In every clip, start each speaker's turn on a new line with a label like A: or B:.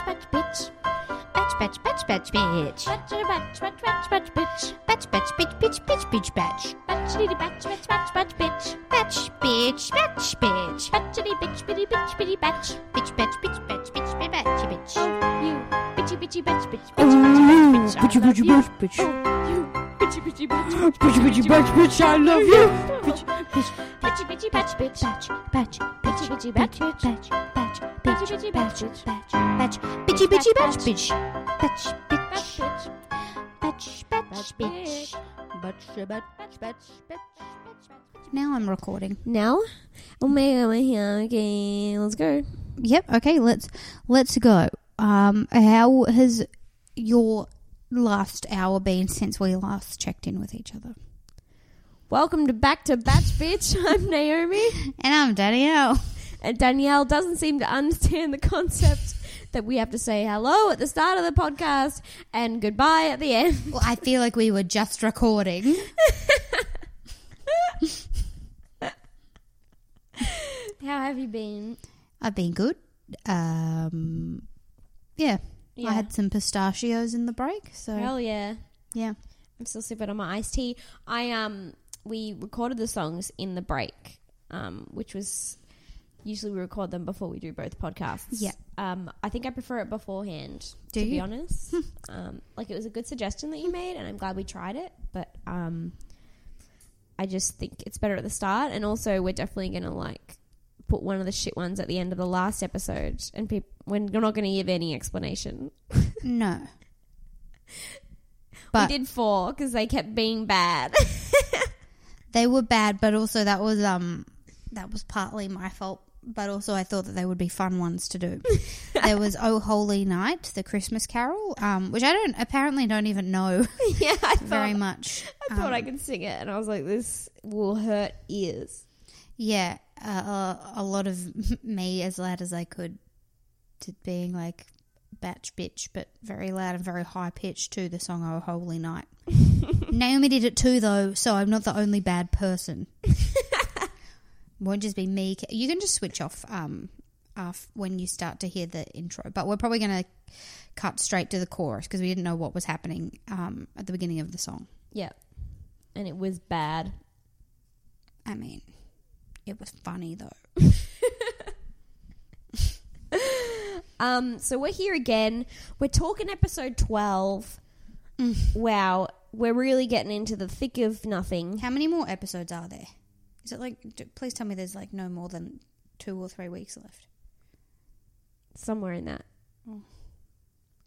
A: Batch, batch, bitch. Batch, batch, batch, batch, bitch.
B: Batch, batch, batch, batch, batch, bitch.
A: Batch, batch, bitch, bitch, bitch, bitch, batch.
B: Batch, bitty, batch, batch, batch, batch, bitch.
A: Batch, bitch, batch, bitch.
B: Batch, bitty, bitch, bitty, bitch, bitty, batch.
A: Bitch, batch, bitch, batch, bitch, bitch, batch, bitch.
B: Oh, you bitchy, bitchy, bitch, bitch, bitch, bitch, bitch, bitch. I
C: Bitchy,
B: love
C: bitchy,
B: you.
C: bitch, bitch.
B: Oh, you bitchy, bitchy, bitch, bitch,
C: Bitch, bitch, bitch, bitch, I love you. Bitch, bitch,
B: Bitchy, bitchy, bitch, bitch.
A: Batch, batch, bitch, bitch, batch, bitch, batch, batch, bitch, bitch, batch, bitch, batch, batch, bitchy, bitchy, batch, bitch. Batch,
B: Batch,
A: bitch,
B: bitch.
A: batch, batch, bitch. Batch, batch, batch, batch. Now I'm recording.
D: Now? Oh my god, my hand. Okay, let's go.
A: Yep. Okay. Let's let's go. Um, how has your last hour been since we last checked in with each other?
D: Welcome to Back to Batch Bitch. I'm Naomi.
A: And I'm Danielle.
D: And Danielle doesn't seem to understand the concept that we have to say hello at the start of the podcast and goodbye at the end.
A: Well, I feel like we were just recording.
D: How have you been?
A: I've been good. Um, yeah.
D: Yeah.
A: I had some pistachios in the break, so
D: Hell yeah.
A: yeah.
D: I'm still sipping on my iced tea. I um we recorded the songs in the break, um, which was usually we record them before we do both podcasts.
A: Yeah.
D: Um, I think I prefer it beforehand.
A: Do
D: to
A: you? Hmm.
D: be honest, um, like it was a good suggestion that you made, and I'm glad we tried it. But um, I just think it's better at the start, and also we're definitely gonna like put one of the shit ones at the end of the last episode, and people when you're not gonna give any explanation.
A: No. But
D: we did four because they kept being bad.
A: they were bad, but also that was um that was partly my fault. But also, I thought that they would be fun ones to do. there was "Oh Holy Night," the Christmas Carol, um, which I don't apparently don't even know
D: yeah, I thought
A: very much.
D: I thought
A: Um,
D: I could sing it, and I was like, "This will hurt ears."
A: Yeah, uh, uh, a lot of me as loud as I could to being like batch bitch, but very loud and very high pitched to the song "Oh Holy Night." Naomi did it too, though, so I'm not the only bad person. Won't just be me. You can just switch off um, af- when you start to hear the intro, but we're probably going to cut straight to the chorus because we didn't know what was happening um, at the beginning of the song.
D: Yep, and it was bad.
A: I mean, it was funny though.
D: Um, so we're here again. We're talking episode twelve.
A: Mm.
D: Wow, we're really getting into the thick of nothing.
A: How many more episodes are there? Is it like, d please tell me there's like no more than two or three weeks left.
D: Somewhere in that.
A: Mm.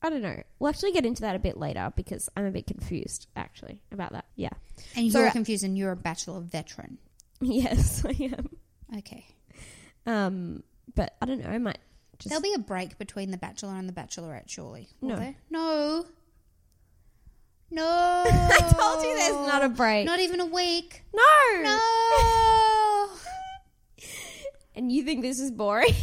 D: I don't know. We'll actually get into that a bit later because I'm a bit confused actually about that. Yeah.
A: And
D: So-
A: you're confused and you're a bachelor veteran.
D: Yes, I am.
A: Okay.
D: Um, but I don't know. I might just
A: There'll be a break between The Bachelor and The Bachelorette, surely. will
D: No.
A: there? No. No.
D: I told you there's
A: Oh,
D: not a break.
A: Not even a week.
D: no.
A: No.
D: And you think this is boring?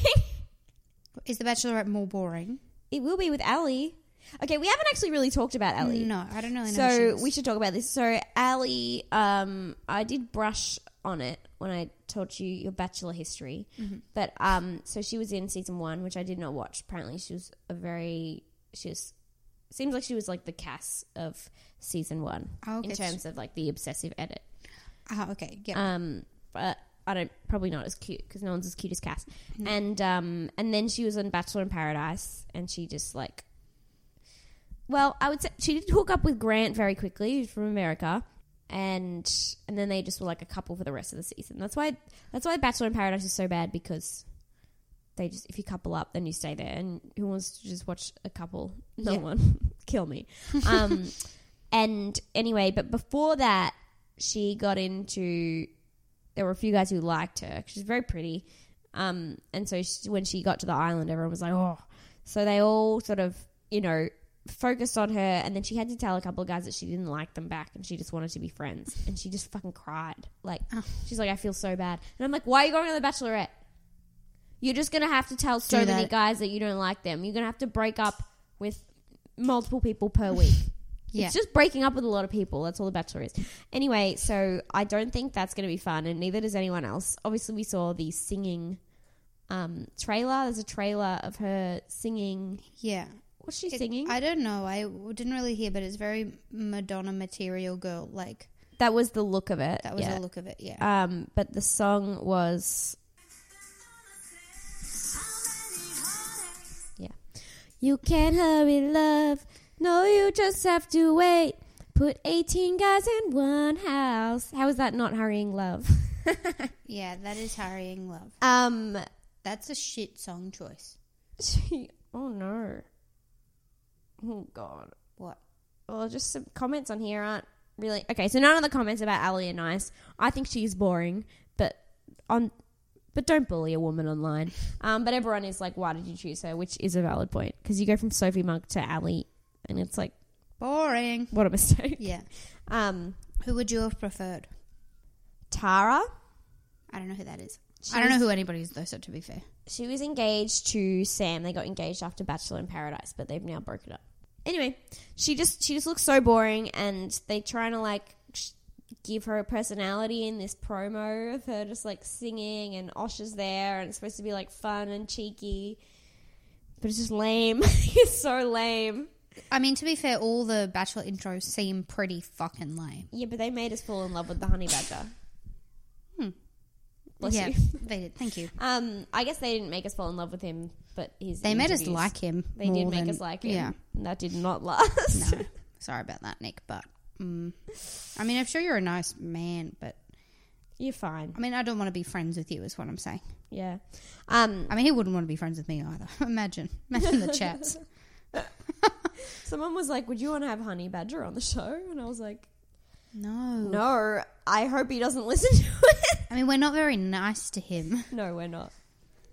A: Is The Bachelorette more boring?
D: it will be with Ali. Okay, we haven't actually really talked about Ali.
A: No, I don't really know. who she
D: So
A: is.
D: we should talk about this. So Ali, um, I did brush on it when I taught you your bachelor history,
A: Mm-hmm.
D: but um, so she was in season one, which I did not watch. Apparently, she was a very she was seems like she was like the Cass of season one
A: Oh, okay.
D: in terms of like the obsessive edit.
A: Ah, okay. Yeah.
D: Um, but I don't probably not as cute because no one's as cute as Cass. And um, and then she was on Bachelor in Paradise, and she just like, well, I would say she did hook up with Grant very quickly who's from America, and and then they just were like a couple for the rest of the season. That's why that's why Bachelor in Paradise is so bad because. They just if you couple up, then you stay there. And who wants to just watch a couple? No
A: Yeah.
D: one. Kill me. Um, and anyway, but before that, she got into. There were a few guys who liked her. She's very pretty, Um, and so she, when she got to the island, everyone was like, oh. So they all sort of, you know, focused on her. And then she had to tell a couple of guys that she didn't like them back and she just wanted to be friends. And she just fucking cried. Like,
A: Oh.
D: she's like, I feel so bad. And I'm like, why are you going to The Bachelorette? You're just going to have to tell so
A: Do
D: many
A: that.
D: guys that you don't like them. You're going to have to break up with multiple people per week.
A: Yeah.
D: It's just breaking up with a lot of people. That's all The Bachelor is. Anyway, so I don't think that's going to be fun, and neither does anyone else. Obviously, we saw the singing um, trailer. There's a trailer of her singing.
A: yeah.
D: What's she
A: It-
D: singing?
A: I don't know. I w- didn't really hear, but it's very Madonna material girl. Like
D: that was the look of it.
A: that was
D: yeah.
A: the look of it. Yeah.
D: Um, but the song was. Yeah. You can't hurry love. No, you just have to wait. Put 18 guys in one house. How is that not hurrying love?
A: yeah, that is hurrying love.
D: Um,
A: That's a shit song choice.
D: she, oh no. Oh god.
A: What?
D: Well, just some comments on here aren't really okay. So none of the comments about Ali are nice. I think she's boring, but on but don't bully a woman online. Um, but everyone is like, why did you choose her? Which is a valid point because you go from Sophie Monk to Ali, and it's like,
A: Boring.
D: what a mistake.
A: Yeah.
D: Um,
A: Who would you have preferred?
D: Tara,
A: I don't know who that is. I don't know who anybody is though. So to be fair,
D: she was engaged to Sam. They got engaged after Bachelor in Paradise, but they've now broken up. Anyway, she just she just looks so boring, and they trying to like sh- give her a personality in this promo of her just like singing, and Osh is there, and it's supposed to be like fun and cheeky, but it's just lame. it's so lame.
A: I mean to be fair, all the Bachelor intros seem pretty fucking lame.
D: Yeah, but they made us fall in love with the honey badger. Bless
A: yeah,
D: you.
A: they did. Thank you.
D: Um, I guess they didn't make us fall in love with him, but his
A: They made us
D: interviews-
A: like him.
D: They did
A: more
D: make
A: than-
D: us like him.
A: Yeah.
D: And that did not last.
A: No, sorry about that, Nick. But mm. I mean, I'm sure you're a nice man, but
D: You're fine.
A: I mean, I don't want to be friends with you. Is what I'm saying.
D: Yeah. Um,
A: I mean, he wouldn't want to be friends with me either. Imagine, imagine the chats.
D: someone was like, "Would you want to have Honey Badger on the show?" And I was like,
A: No,
D: "No, I hope he doesn't listen to it."
A: I mean, we're not very nice to him.
D: no, we're not.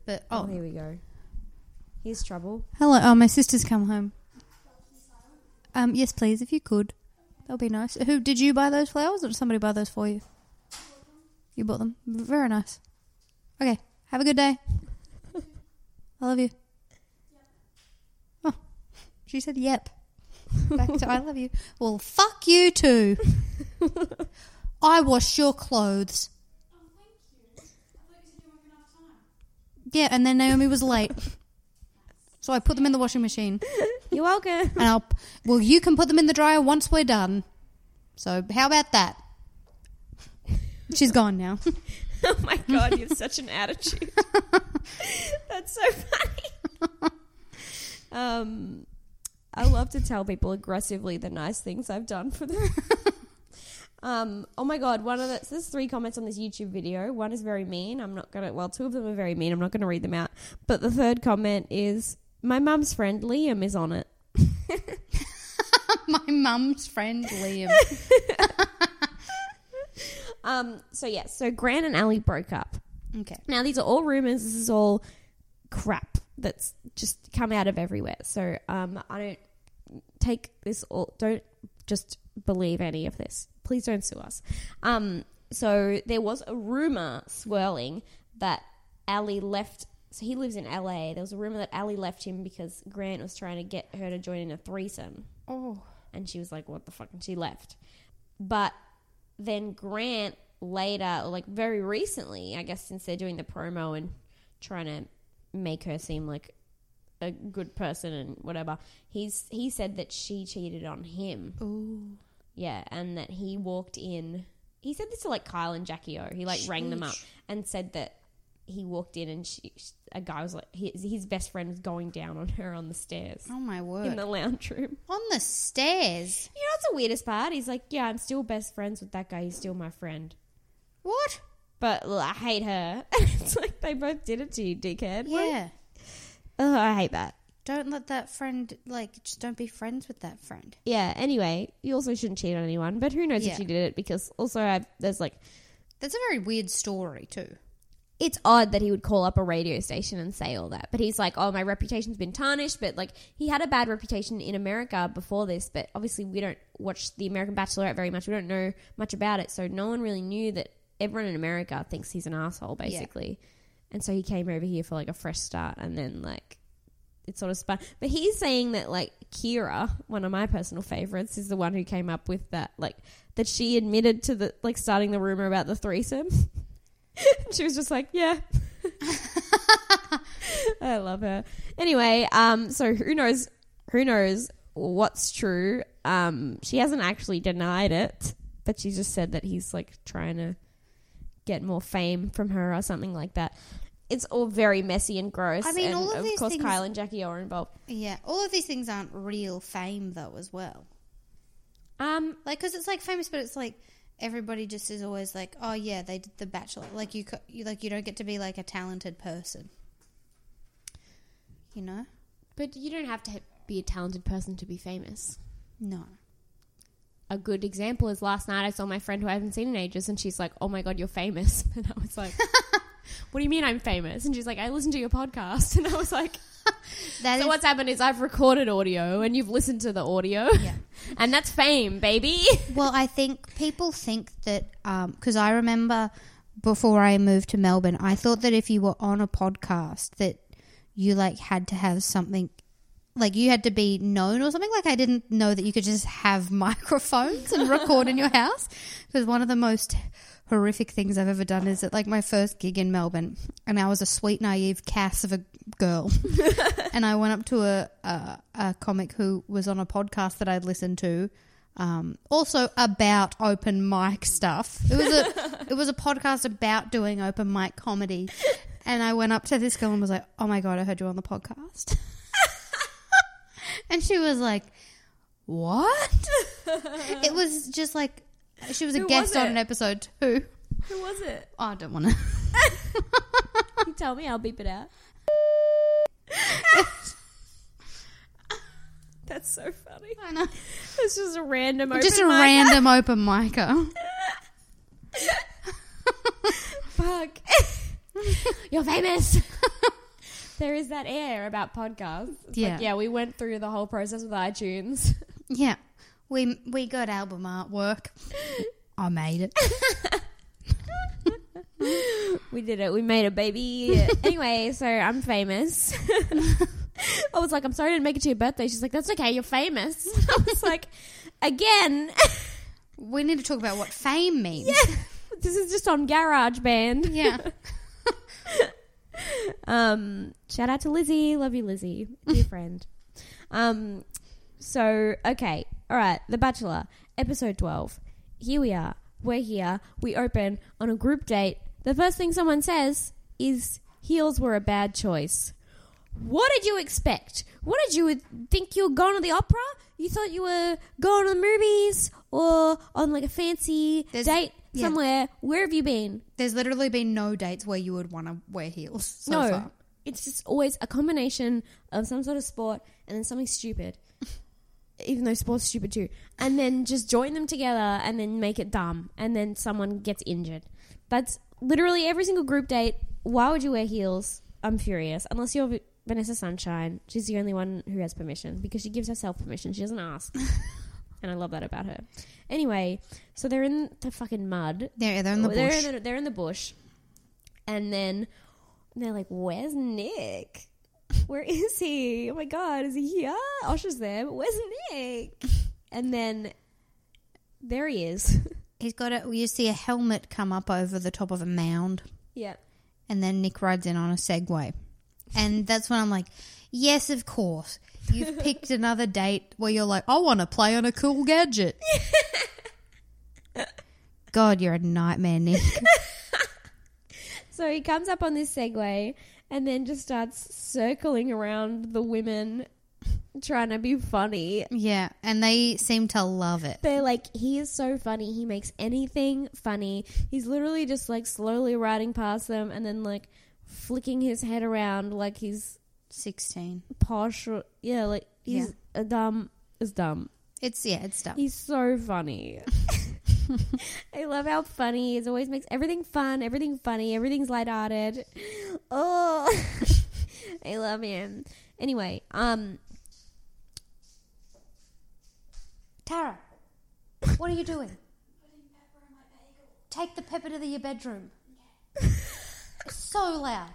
A: But
D: Oh,
A: oh,
D: here we go. Here's trouble.
C: Hello. Oh, my sister's come home. Um, yes, please, if you could, that would be nice. Who did you buy those flowers, or did somebody buy those for you? You bought them. Very nice. Okay. Have a good day. I love you. Oh, she said yep. Back to I love you.
A: well, fuck you too. I wash your clothes.
C: Yeah, and then Naomi was late, so I put them in the washing machine.
D: You're welcome.
A: And I'll, well, you can put them in the dryer once we're done. So, how about that?
C: She's gone now.
D: oh my god, you have such an attitude. That's so funny. Um, I love to tell people aggressively the nice things I've done for them. um, oh my god, one of the so there's three comments on this YouTube video. One is very mean. I'm not gonna. Well, two of them are very mean. I'm not gonna read them out. But the third comment is my mum's friend Liam is on it.
A: My mum's friend Liam.
D: Um, so yes, so Gran and Ali broke up.
A: Okay.
D: Now, these are all rumors. This is all crap that's just come out of everywhere. So, um, I don't take this all. Don't just believe any of this. Please don't sue us. Um, so there was a rumor swirling that Ali left. So he lives in LA. There was a rumor that Ali left him because Grant was trying to get her to join in a threesome.
A: Oh.
D: And she was like, what the fuck? And she left. But then Grant later, or like very recently, I guess, since they're doing the promo and trying to make her seem like a good person and whatever, he's he said that she cheated on him.
A: Ooh.
D: Yeah, and that he walked in. He said this to like Kyle and Jackie O. He like rang them up and said that he walked in and she, a guy was like his, his best friend was going down on her on the stairs
A: Oh, my
D: in
A: word.
D: the lounge room.
A: On the stairs.
D: You know what's the weirdest part? He's like, yeah, I'm still best friends with that guy. He's still my friend.
A: What?
D: But l- I hate her. it's like they both did it to you, dickhead. What?
A: Yeah.
D: Ugh, I hate that.
A: Don't let that friend, like, just don't be friends with that friend.
D: Yeah. Anyway, you also shouldn't cheat on anyone. But who knows
A: Yeah.
D: if she did it? Because also, I, there's like,
A: That's a very weird story, too.
D: it's odd that he would call up a radio station and say all that. But he's like, oh, my reputation's been tarnished. But like, he had a bad reputation in America before this. But obviously, we don't watch The American Bachelorette very much. We don't know much about it. So no one really knew that everyone in America thinks he's an asshole, basically. And so he came over here for like a fresh start. And then like, it sort of spun. But he's saying that like Kira, one of my personal favorites, is the one who came up with that. Like, that she admitted to the like starting the rumor about the threesome. she was just like, yeah. I love her. Anyway, um, so who knows? Who knows what's true? Um, she hasn't actually denied it, but she just said that he's like trying to get more fame from her or something like that. It's all very messy and gross.
A: I mean,
D: and
A: all of these
D: course,
A: things-
D: Kyle and Jackie O are involved.
A: Yeah, all of these things aren't real fame though, as well.
D: Um,
A: Like, because it's like famous, but it's like everybody just is always like, oh yeah, they did The Bachelor. Like you, co- you like you don't get to be like a talented person. You know?
D: but you don't have to be a talented person to be famous.
A: No.
D: a good example is last night I saw my friend who I haven't seen in ages, and she's like, "Oh my god, you're famous," and I was like, "What do you mean I'm famous?" And she's like, "I listen to your podcast," and I was like,
A: That
D: "So
A: is-
D: what's happened is I've recorded audio, and you've listened to the audio,
A: Yeah.
D: and that's fame, baby."
A: Well, I think people think that because I remember before I moved to Melbourne, I thought that if you were on a podcast, that you like had to have something, like you had to be known or something. Like I didn't know that you could just have microphones and record in your house. Because one of the most horrific things I've ever done is at like my first gig in Melbourne, and I was a sweet naive cass of a girl and I went up to a, a a comic who was on a podcast that I'd listened to, um, also about open mic stuff. It was a it was a podcast about doing open mic comedy, and I went up to this girl and was like, "Oh my god, I heard you on the podcast," and she was like, "What?" it was just like she was a
D: Who
A: guest
D: was
A: on
D: it?
A: an episode two.
D: Who was it?
A: Oh, I don't want to.
D: You tell me, I'll beep it out. that's so funny.
A: I know.
D: It's just a random, open
A: Just a
D: mic.
A: random open micer.
D: Fuck. You're famous. there is that air about podcasts. It's
A: Yeah.
D: Like, yeah, we went through the whole process with iTunes.
A: Yeah, we we got album artwork. I made it.
D: we did it. We made a baby. anyway, so I'm famous. I was like, I'm sorry I didn't make it to your birthday. She's like, that's okay. You're famous. I was like, again.
A: We need to talk about what fame means.
D: this is just on Garage Band.
A: Yeah.
D: Um, shout out to Lizzie. Love you, Lizzie. Dear friend. Um, so, okay. All right. The Bachelor, episode 12. Here we are. We're here. We open on a group date. The first thing someone says is heels were a bad choice. What did you expect? What did you think you were going to the opera? You thought you were going to the movies or on like a fancy
A: There's-
D: date
A: yeah.
D: somewhere? Where have you been?
A: There's literally been no dates where you would want to wear heels so
D: no,
A: far.
D: it's just always a combination of some sort of sport and then something stupid. Even though sport's stupid too, and then just join them together and then make it dumb, and then someone gets injured. That's literally every single group date. Why would you wear heels? I'm furious. Unless you're V- Vanessa Sunshine, she's the only one who has permission because she gives herself permission. She doesn't ask, and I love that about her. Anyway, so they're in the fucking mud,
A: They're, they're in the
D: they're
A: bush.
D: In the, they're in the bush, and then they're like, "Where's Nick? Where is he? Oh my god, is he here? Osher's there, but where's Nick?" And then there he is.
A: He's got a. You see a helmet come up over the top of a mound,
D: yeah,
A: and then Nick rides in on a Segway, and that's when I'm like, yes, of course. You've picked another date where you're like, I want to play on a cool gadget. God, you're a nightmare, Nick.
D: So he comes up on this Segway and then just starts circling around the women, trying to be funny.
A: Yeah, and they seem to love it.
D: They're like, he is so funny. He makes anything funny. He's literally just like slowly riding past them and then like flicking his head around like he's
A: 16.
D: posh. Or, yeah, like he's a dumb is dumb.
A: It's, yeah, it's dumb.
D: He's so funny. I love how funny he is. Always makes everything fun, everything funny, everything's light-hearted. Oh, I love him. Anyway, um,
C: Tara, what are you doing? Take the pepper to the, your bedroom. it's so loud.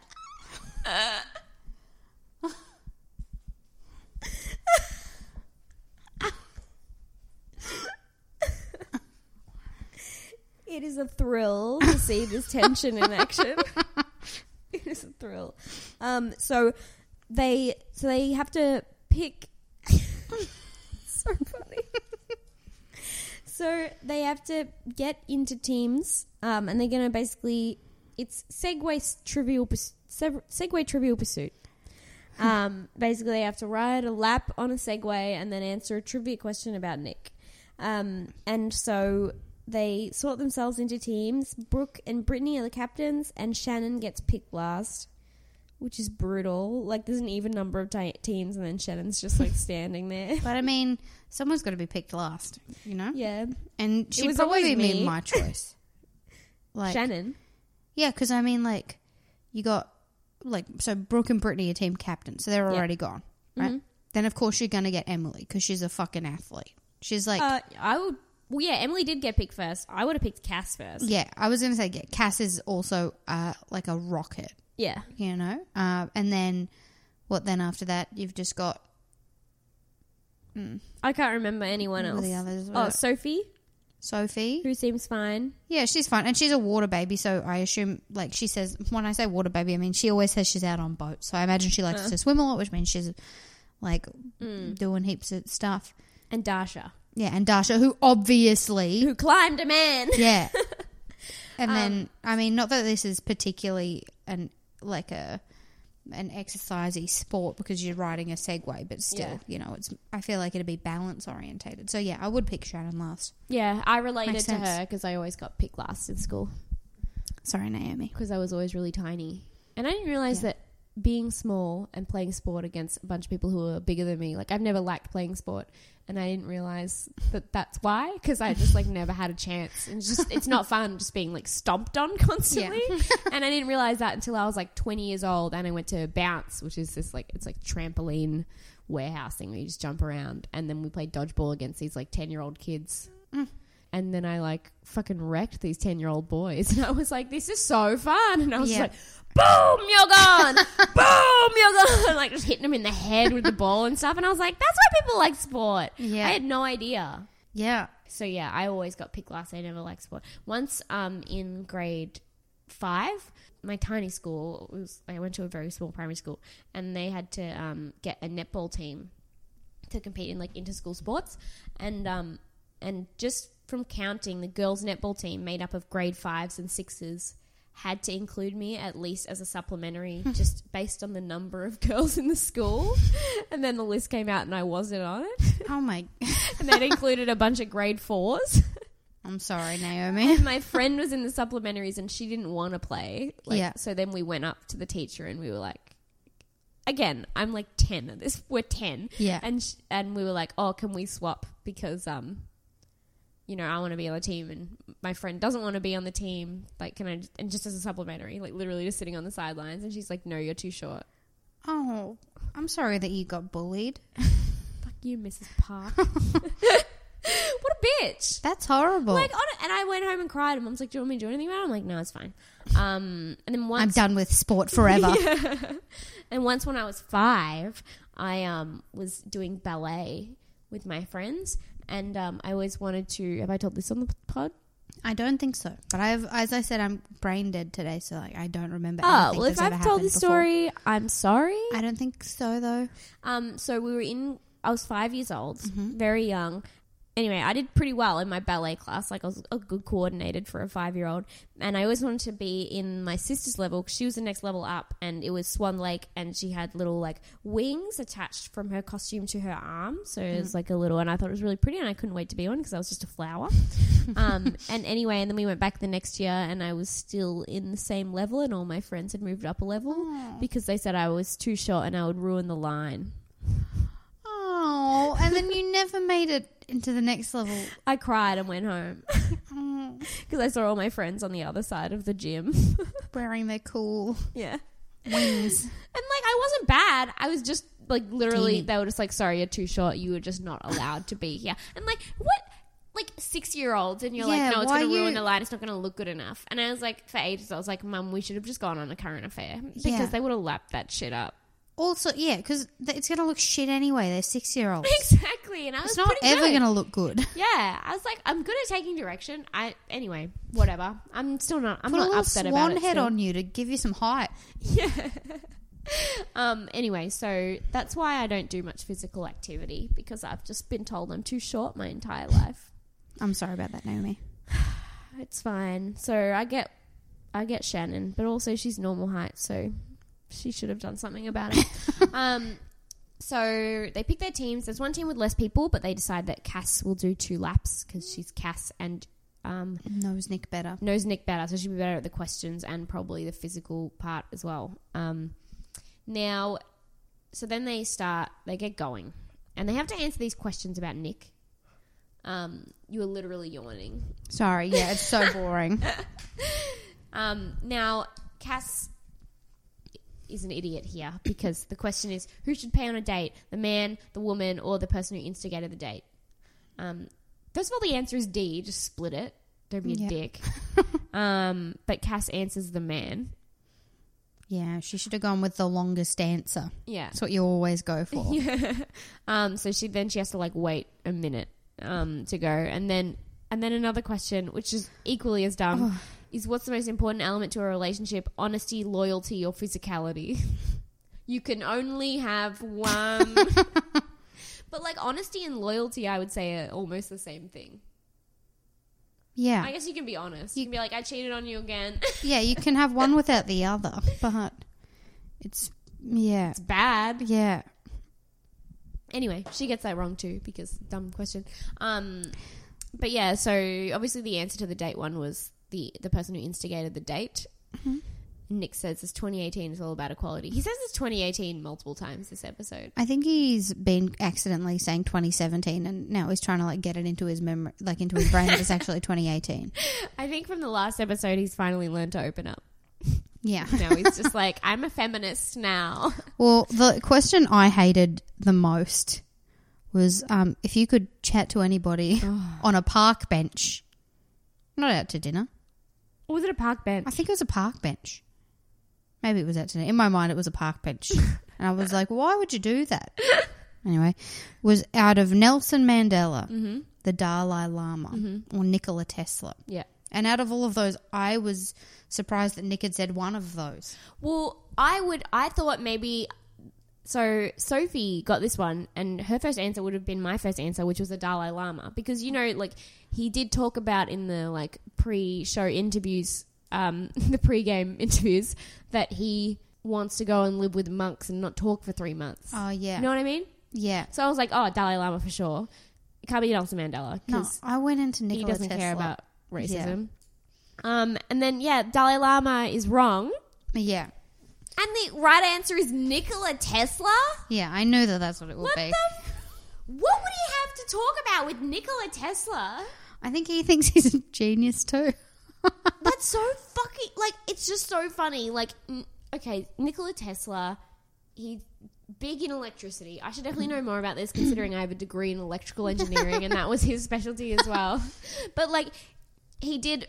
D: It is a thrill to see this tension in action. it is a thrill. Um, so they so they have to pick. so funny. so they have to get into teams, um, and they're going to basically it's Segway Trivial Pursuit, Segway Trivial Pursuit. Um, basically, they have to ride a lap on a Segway and then answer a trivia question about Nick. Um, and so they sort themselves into teams. Brooke and Brittany are the captains, and Shannon gets picked last, which is brutal. Like, there's an even number of ti teams, and then Shannon's just like standing there.
A: But I mean, someone's got to be picked last, you know?
D: Yeah,
A: And she'd
D: was
A: probably
D: always
A: be
D: me.
A: my choice. like,
D: Shannon.
A: Yeah, because I mean, like, you got like so Brooke and Brittany are team captain, so they're
D: Yeah.
A: already gone, right?
C: Mm-hmm.
A: Then of course you're gonna get Emily because she's a fucking athlete. She's like,
D: Uh, I would. Well, yeah, Emily did get picked first. I would have picked Cass first.
A: yeah, I was gonna say, yeah, Cass is also uh, like a rocket,
D: Yeah,
A: you know. Uh, and then what? Then after that, you've just got
D: I can't remember anyone
A: Who
D: else.
A: were the others?
D: oh, Sophie,
A: Sophie.
D: who seems fine.
A: Yeah, she's fine, and she's a water baby, so I assume like she says when I say water baby, I mean she always says she's out on boats, so I imagine she likes to swim a lot, which means she's like
D: Hmm.
A: doing heaps of stuff.
D: and Dasha,
A: Yeah, and Dasha, who obviously,
D: who climbed a man.
A: yeah. And
D: Um,
A: then, I mean, not that this is particularly an like a an exercisey sport because you're riding a Segway, but still,
D: Yeah.
A: you know, it's. I feel like it'd be balance orientated. So yeah, I would pick Shannon last.
D: Yeah, I related
A: Makes
D: to
A: sense.
D: her because I always got picked last in school
A: Sorry, Naomi.
D: because I was always really tiny, and I didn't realize
A: Yeah.
D: that being small and playing sport against a bunch of people who were bigger than me, like I've never liked playing sport, and I didn't realize that that's why because I just like never had a chance, and it's just it's not fun just being like stomped on constantly, and I didn't realize that until I was like twenty years old, and I went to bounce, which is this like it's like trampoline warehouse thing where you just jump around, and then we played dodgeball against these like ten year old kids. And then I like fucking wrecked these 10 year old boys. And I was like, this is so fun. And I was
A: Yeah.
D: like, boom, you're gone. boom, you're gone. Like just hitting them in the head with the ball and stuff. And I was like, that's why people like sport.
A: Yeah.
D: I had no idea.
A: Yeah,
D: So yeah, I always got picked last. I never liked sport. Once um, in grade five, my tiny school, was, I went to a very small primary school, and they had to um, get a netball team to compete in like inter-school sports and um and just from counting the girls netball team made up of grade fives and sixes had to include me at least as a supplementary just based on the number of girls in the school and then the list came out and i wasn't on it
A: Oh my,
D: and that included a bunch of grade fours
A: I'm sorry, Naomi.
D: my friend was in the supplementaries and she didn't want to play. Like,
A: Yeah.
D: So then we went up to the teacher and we were like, again, I'm like 10 at this. We're 10.
A: Yeah.
D: And, sh- and we were like, oh, can we swap? Because, um, you know, I want to be on the team and my friend doesn't want to be on the team. Like, can I, j- and just as a supplementary, like literally just sitting on the sidelines. And she's like, no, you're too short.
A: Oh, I'm sorry that you got bullied.
D: Fuck you, Mrs. Park. what a bitch.
A: That's horrible.
D: Like, on and I went home and cried. And mom's like, "Do you want me to do anything about it?" I'm like, "No, it's fine." Um, and then
A: I'm
D: once,
A: done with sport forever.
D: and once when I was five, I um was doing ballet with my friends, and um, I always wanted to. Have I told this on the pod?
A: I don't think so. But I've, as I said, I'm brain dead today, so like I don't remember.
D: Oh,
A: anything
D: well, if
A: that's ever
D: I've told
A: happened
D: this
A: before.
D: story, I'm sorry.
A: I don't think so though.
D: Um, so we were in. I was five years old, very young. Anyway, I did pretty well in my ballet class. Like I was a good coordinated for a five-year-old, and I always wanted to be in my sister's level 'cause she was the next level up, and it was Swan Lake, and she had little like wings attached from her costume to her arm, so it was like a little, and I thought it was really pretty, and I couldn't wait to be on because I was just a flower. um, and anyway, and then we went back the next year, and I was still in the same level, and all my friends had moved up a level because they said I was too short and I would ruin the line.
A: Oh, and then you never made it into the next level.
D: I cried and went home.
A: Oh
D: because I saw all my friends on the other side of the gym.
A: Wearing their cool
D: yeah.
A: wings.
D: And like I wasn't bad. I was just like literally
A: Teeny.
D: they were just like, sorry, you're too short, you were just not allowed to be here. And like what like six year olds and you're
A: Yeah,
D: like, No, it's
A: why
D: gonna
A: you-
D: ruin the light, it's not gonna look good enough. And I was like for ages I was like, Mum, we should have just gone on a current affair. Because
A: Yeah.
D: they would have lapped that shit up.
A: Also, yeah, because th- it's going to look shit anyway. They're six year olds.
D: Exactly. And I was
A: It's not
D: pretty
A: ever
D: good.
A: going to look good.
D: Yeah. I was like, I'm good at taking direction. I anyway, whatever. I'm still not I'm
A: Put a
D: not
A: little
D: upset
A: swan
D: about it.
A: head
D: still.
A: on you to give you some height.
D: Yeah. um. Anyway, so that's why I don't do much physical activity because I've just been told I'm too short my entire life.
A: I'm sorry about that, Naomi.
D: It's fine. So I get, I get Shannon, but also she's normal height, so she should have done something about it. um. So they pick their teams. There's one team with less people, but they decide that Cass will do two laps because she's Cass and um,
A: Knows Nick better.
D: knows Nick better, so she'll be better at the questions and probably the physical part as well. Um, now, so then they start, they get going, and they have to answer these questions about Nick. Um, you are literally yawning.
A: Sorry, yeah, it's so boring.
D: Um, now, Cass is an idiot here because the question is who should pay on a date? The man, the woman, or the person who instigated the date? Um, first of all, the answer is D. Just split it. Don't be a
A: Yeah.
D: dick. um, but Cass answers the man.
A: yeah, she should have gone with the longest answer.
D: Yeah.
A: That's what you always go for.
D: Um, so she then she has to like wait a minute um, to go, and then and then another question, which is equally as dumb, is what's the most important element to a relationship? Honesty, loyalty, or physicality? you can only have one. but like honesty and loyalty, I would say are almost the same thing.
A: Yeah.
D: I guess you can be honest. You can be like, I cheated on you again.
A: yeah, you can have one without the other, but it's yeah.
D: it's bad.
A: Yeah.
D: anyway, she gets that wrong too because dumb question. Um, but yeah, so obviously the answer to the date one was the the person who instigated the date. Nick says this 2018 is all about equality. He says it's 2018 multiple times this episode.
A: I think he's been accidentally saying 2017 and now he's trying to like get it into his memory like into his brain that it's actually 2018.
D: I think from the last episode, he's finally learned to open up.
A: Yeah.
D: Now he's just like, I'm a feminist now.
A: Well, the question I hated the most was um, if you could chat to anybody on a park bench, not out to dinner.
D: Or was it a park bench?
A: I think it was a park bench. Maybe it was out to dinner. In my mind, it was a park bench. and I was like, why would you do that? Anyway, was out of Nelson Mandela, the Dalai Lama, or Nikola Tesla.
D: Yeah.
A: And out of all of those, I was surprised that Nick had said one of those.
D: Well, I would. I thought maybe. So Sophie got this one, and her first answer would have been my first answer, which was the Dalai Lama, because you know, like he did talk about in the like pre-show interviews, um, the pre-game interviews, that he wants to go and live with monks and not talk for three months.
A: Oh, yeah.
D: You know what I mean?
A: yeah.
D: So I was like, oh, Dalai Lama for sure. It can't be Nelson Mandela
A: No,
D: because
A: I went into
D: he
A: Nikola
D: doesn't
A: Tesla.
D: care about racism. Um, and then yeah, Dalai Lama is wrong.
A: Yeah.
D: And the right answer is Nikola Tesla?
A: Yeah, I knew that that's what it would
D: What
A: be.
D: the? F- what would he have to talk about with Nikola Tesla?
A: I think he thinks he's a genius too.
D: That's so fucking. Like, it's just so funny. Like, n- okay, Nikola Tesla, he's big in electricity. I should definitely know more about this considering I have a degree in electrical engineering and that was his specialty as well. But, like, he did.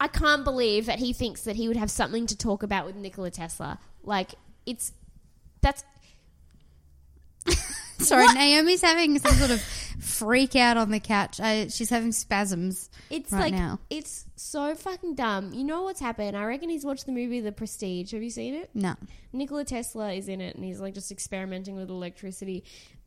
D: I can't believe that he thinks that he would have something to talk about with Nikola Tesla. Like, it's. That's
A: Sorry, Naomi's having some sort of freak out on the couch. I, she's having spasms.
D: It's
A: right
D: like
A: now.
D: it's so fucking dumb. You know what's happened? I reckon he's watched the movie The Prestige. Have you seen it?
A: No.
D: Nikola Tesla is in it, and he's like just experimenting with electricity.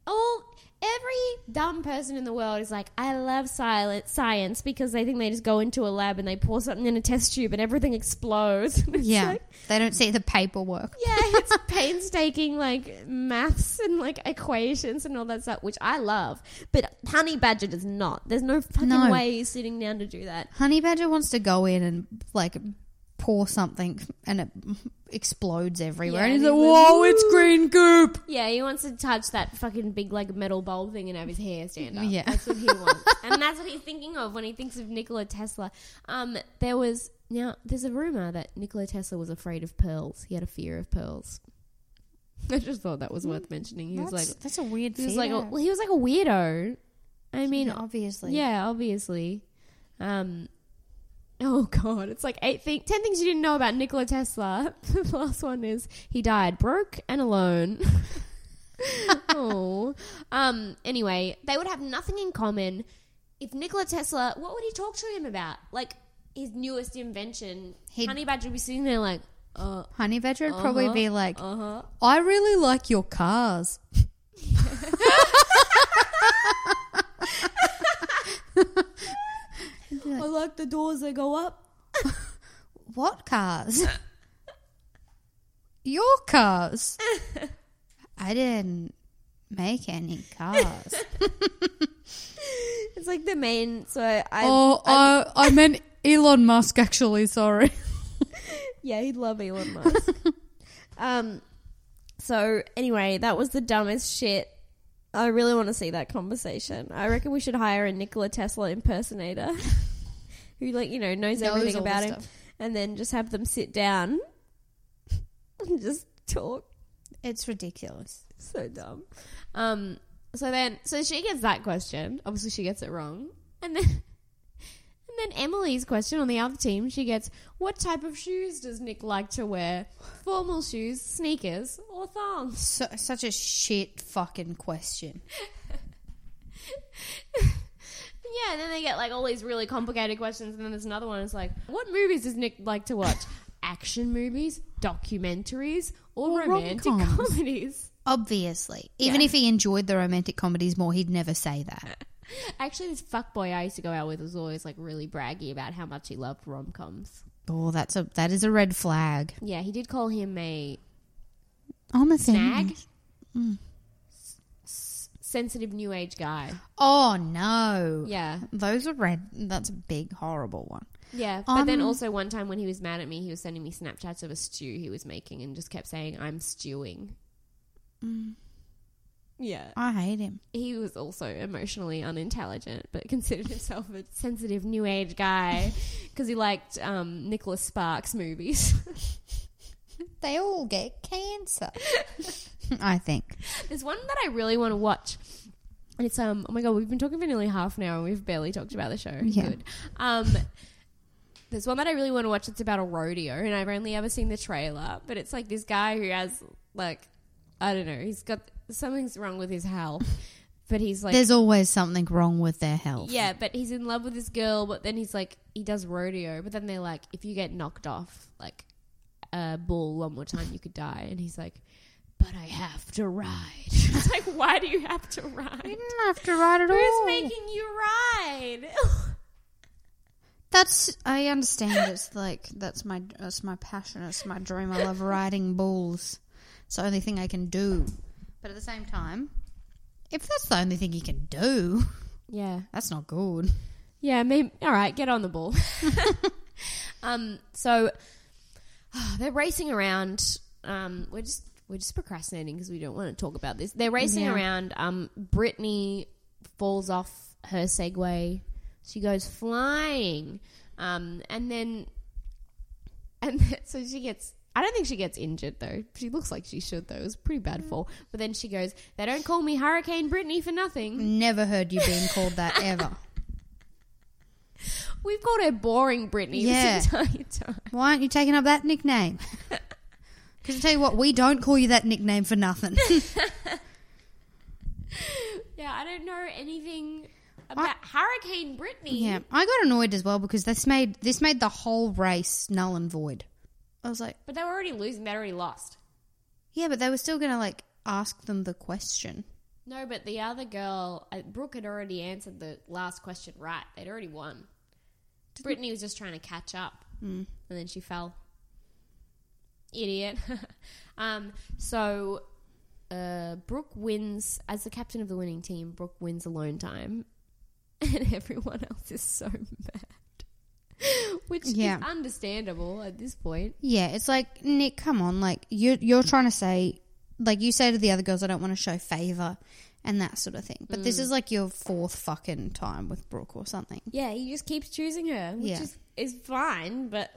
D: All every dumb person in the world is like, I love silent science because they think they just go into a lab and they pour something in a test tube and everything explodes. And it's
A: Yeah.
D: like-
A: they don't see the paperwork.
D: yeah, it's painstaking like maths and like equations and all that stuff, which I love. But Honey Badger does not. There's no fucking
A: No.
D: way he's sitting down to do that.
A: Honey Badger wants to go in and like pour something and it explodes everywhere.
D: Yeah,
A: and he's
D: and
A: like,
D: he goes,
A: "Whoa, it's green goop!"
D: Yeah, he wants to touch that fucking big like metal bulb thing and have his hair stand up.
A: Yeah.
D: that's what he wants, and that's what he's thinking of when he thinks of Nikola Tesla. Um, there was now there's a rumor that Nikola Tesla was afraid of pearls. He had a fear of pearls. I just thought that was worth mentioning. He was like,
A: Mm, That's, that's a weird.
D: he was like, a, well, he was like a weirdo. I mean,
A: obviously,
D: yeah, obviously. Um, oh god, it's like eight things, ten things you didn't know about Nikola Tesla. the last one is he died broke and alone. oh, um. Anyway, they would have nothing in common if Nikola Tesla. What would he talk to him about? Like his newest invention,
A: He'd-
D: Honey Badger would be sitting there like, uh,
A: Honey Badger would probably
D: Uh-huh,
A: be like,
D: uh huh.
A: "I really like your cars."
D: I like the doors that go up.
A: What cars? Your cars. I didn't make any cars.
D: It's like the main. So I.
A: oh, I, I meant Elon Musk, actually, sorry.
D: Yeah, he'd love Elon Musk. um, so anyway, that was the dumbest shit. I really want to see that conversation. I reckon we should hire a Nikola Tesla impersonator who, like, you know, knows,
A: Knows
D: everything
A: all the
D: about him,
A: stuff.
D: and then just have them sit down and just talk.
A: It's ridiculous.
D: So dumb. Um, so then, so she gets that question. Obviously, she gets it wrong, and then. And then Emily's question on the other team, she gets, What type of shoes does Nick like to wear? Formal shoes, sneakers, or thongs?
A: So, such a shit fucking question.
D: Yeah, and then they get like all these really complicated questions, and then there's another one. It's like, What movies does Nick like to watch? Action movies, documentaries, or, romantic
A: rom-coms.
D: comedies?
A: Obviously. Even if he enjoyed the romantic comedies more, he'd never say that.
D: Actually, this fuckboy I used to go out with was always like really braggy about how much he loved rom coms.
A: Oh, that's a that is a red flag. Oh,
D: Yeah, he did call him a
A: I'm a
D: snag.
A: thing.
D: S- sensitive new age guy.
A: Oh no.
D: Yeah.
A: Those are red. That's a big horrible one.
D: Yeah. But then
A: Um,
D: also one time when he was mad at me, he was sending me Snapchats of a stew he was making and just kept saying, I'm stewing. Yeah.
A: I hate him.
D: He was also emotionally unintelligent, but considered himself a sensitive new age guy because he liked um, Nicholas Sparks movies.
A: They all get cancer. I think.
D: There's one that I really want to watch. And it's um oh my god, we've been talking for nearly half an hour and we've barely talked about the show.
A: Yeah.
D: Good. Um there's one that I really want to watch. It's about a rodeo, and I've only ever seen the trailer. But it's like this guy who has like I don't know. He's got something's wrong with his health, but he's like
A: There's always something wrong with their health.
D: yeah. But he's in love with this girl, but then he's like he does rodeo. But then they're like, if you get knocked off like a bull one more time, you could die. And he's like, but I have to ride. it's like why do you have to ride?
A: I have to write it all.
D: Who's making you ride?
A: That's I understand. It's like that's my that's my passion. It's my dream. I love riding bulls. It's the only thing I can do. But at the same time, if that's the only thing you can do,
D: yeah.
A: that's not good.
D: Yeah, maybe. All right, get on the ball. um, so they're racing around. Um, we're just we're just procrastinating because we don't want to talk about this. They're racing
A: Yeah.
D: around. Um, Brittany falls off her Segway. She goes flying. Um, and then and then, so she gets. I don't think she gets injured though. She looks like she should though. It was a pretty bad fall. But then she goes, "They don't call me Hurricane Brittany for nothing."
A: Never heard you being called that ever.
D: We've called her boring Brittany
A: Yeah.
D: this entire time.
A: Why aren't you taking up that nickname? Because I tell you what, we don't call you that nickname for nothing.
D: Yeah, I don't know anything about Hurricane Brittany.
A: yeah, I got annoyed as well because this made this made the whole race null and void. I was like,
D: But they were already losing. They already lost.
A: yeah, but they were still gonna like ask them the question.
D: No, but the other girl, uh, Brooke, had already answered the last question right. They'd already won. Brittany was just trying to catch up,
A: Hmm.
D: mm. and then she fell. Idiot. um, so uh, Brooke wins as the captain of the winning team. Brooke wins alone time, and everyone else is so mad. Which
A: Yeah.
D: is understandable at this point.
A: Yeah, it's like Nick, come on, like you're you're trying to say, like you say to the other girls, I don't want to show favor and that sort of thing. But this is like your fourth fucking time with Brooke or something.
D: Yeah, he just keeps choosing her, which
A: Yeah.
D: is, is fine, but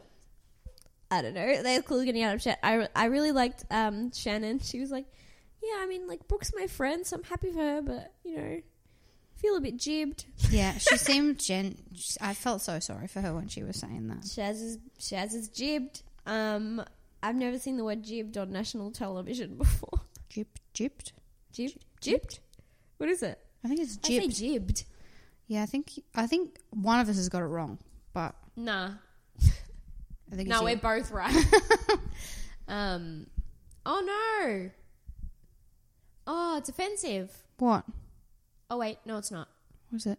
D: I don't know. They're clearly getting out of chat. I, I really liked um, Shannon. She was like, yeah, I mean, like, Brooke's my friend, so I'm happy for her, but, you know, feel a bit jibbed.
A: Yeah, she seemed gen. I felt so sorry for her when she was saying that.
D: Shaz is, Shaz is jibbed. Um, I've never seen the word jibbed on national television before.
A: Jip, jipped.
D: Jibbed? Jibbed? What is it?
A: I think it's
D: I
A: jipped.
D: say jibbed.
A: yeah, I think I think one of us has got it wrong, but
D: Nah.
A: I think it's
D: No,
A: you.
D: we're both right. um, oh no. Oh, it's offensive.
A: what
D: Oh wait, no, it's not.
A: was it?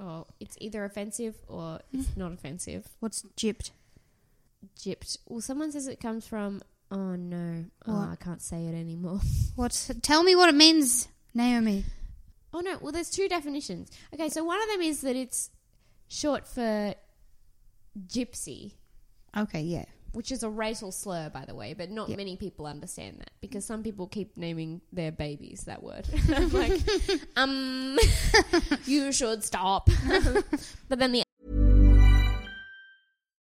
D: Oh, it's either offensive or it's not offensive.
A: What's jipped?
D: Gypped. Well, someone says it comes from. Oh no,
A: What?
D: oh, I can't say it anymore.
A: What's tell me what it means, Naomi?
D: Oh no, well, there's two definitions. Okay, so one of them is that it's short for gypsy.
A: Okay, yeah,
D: which is a racial slur, by the way, but not many people understand that because some people keep naming their babies that word. I'm like, um, you should stop. but then the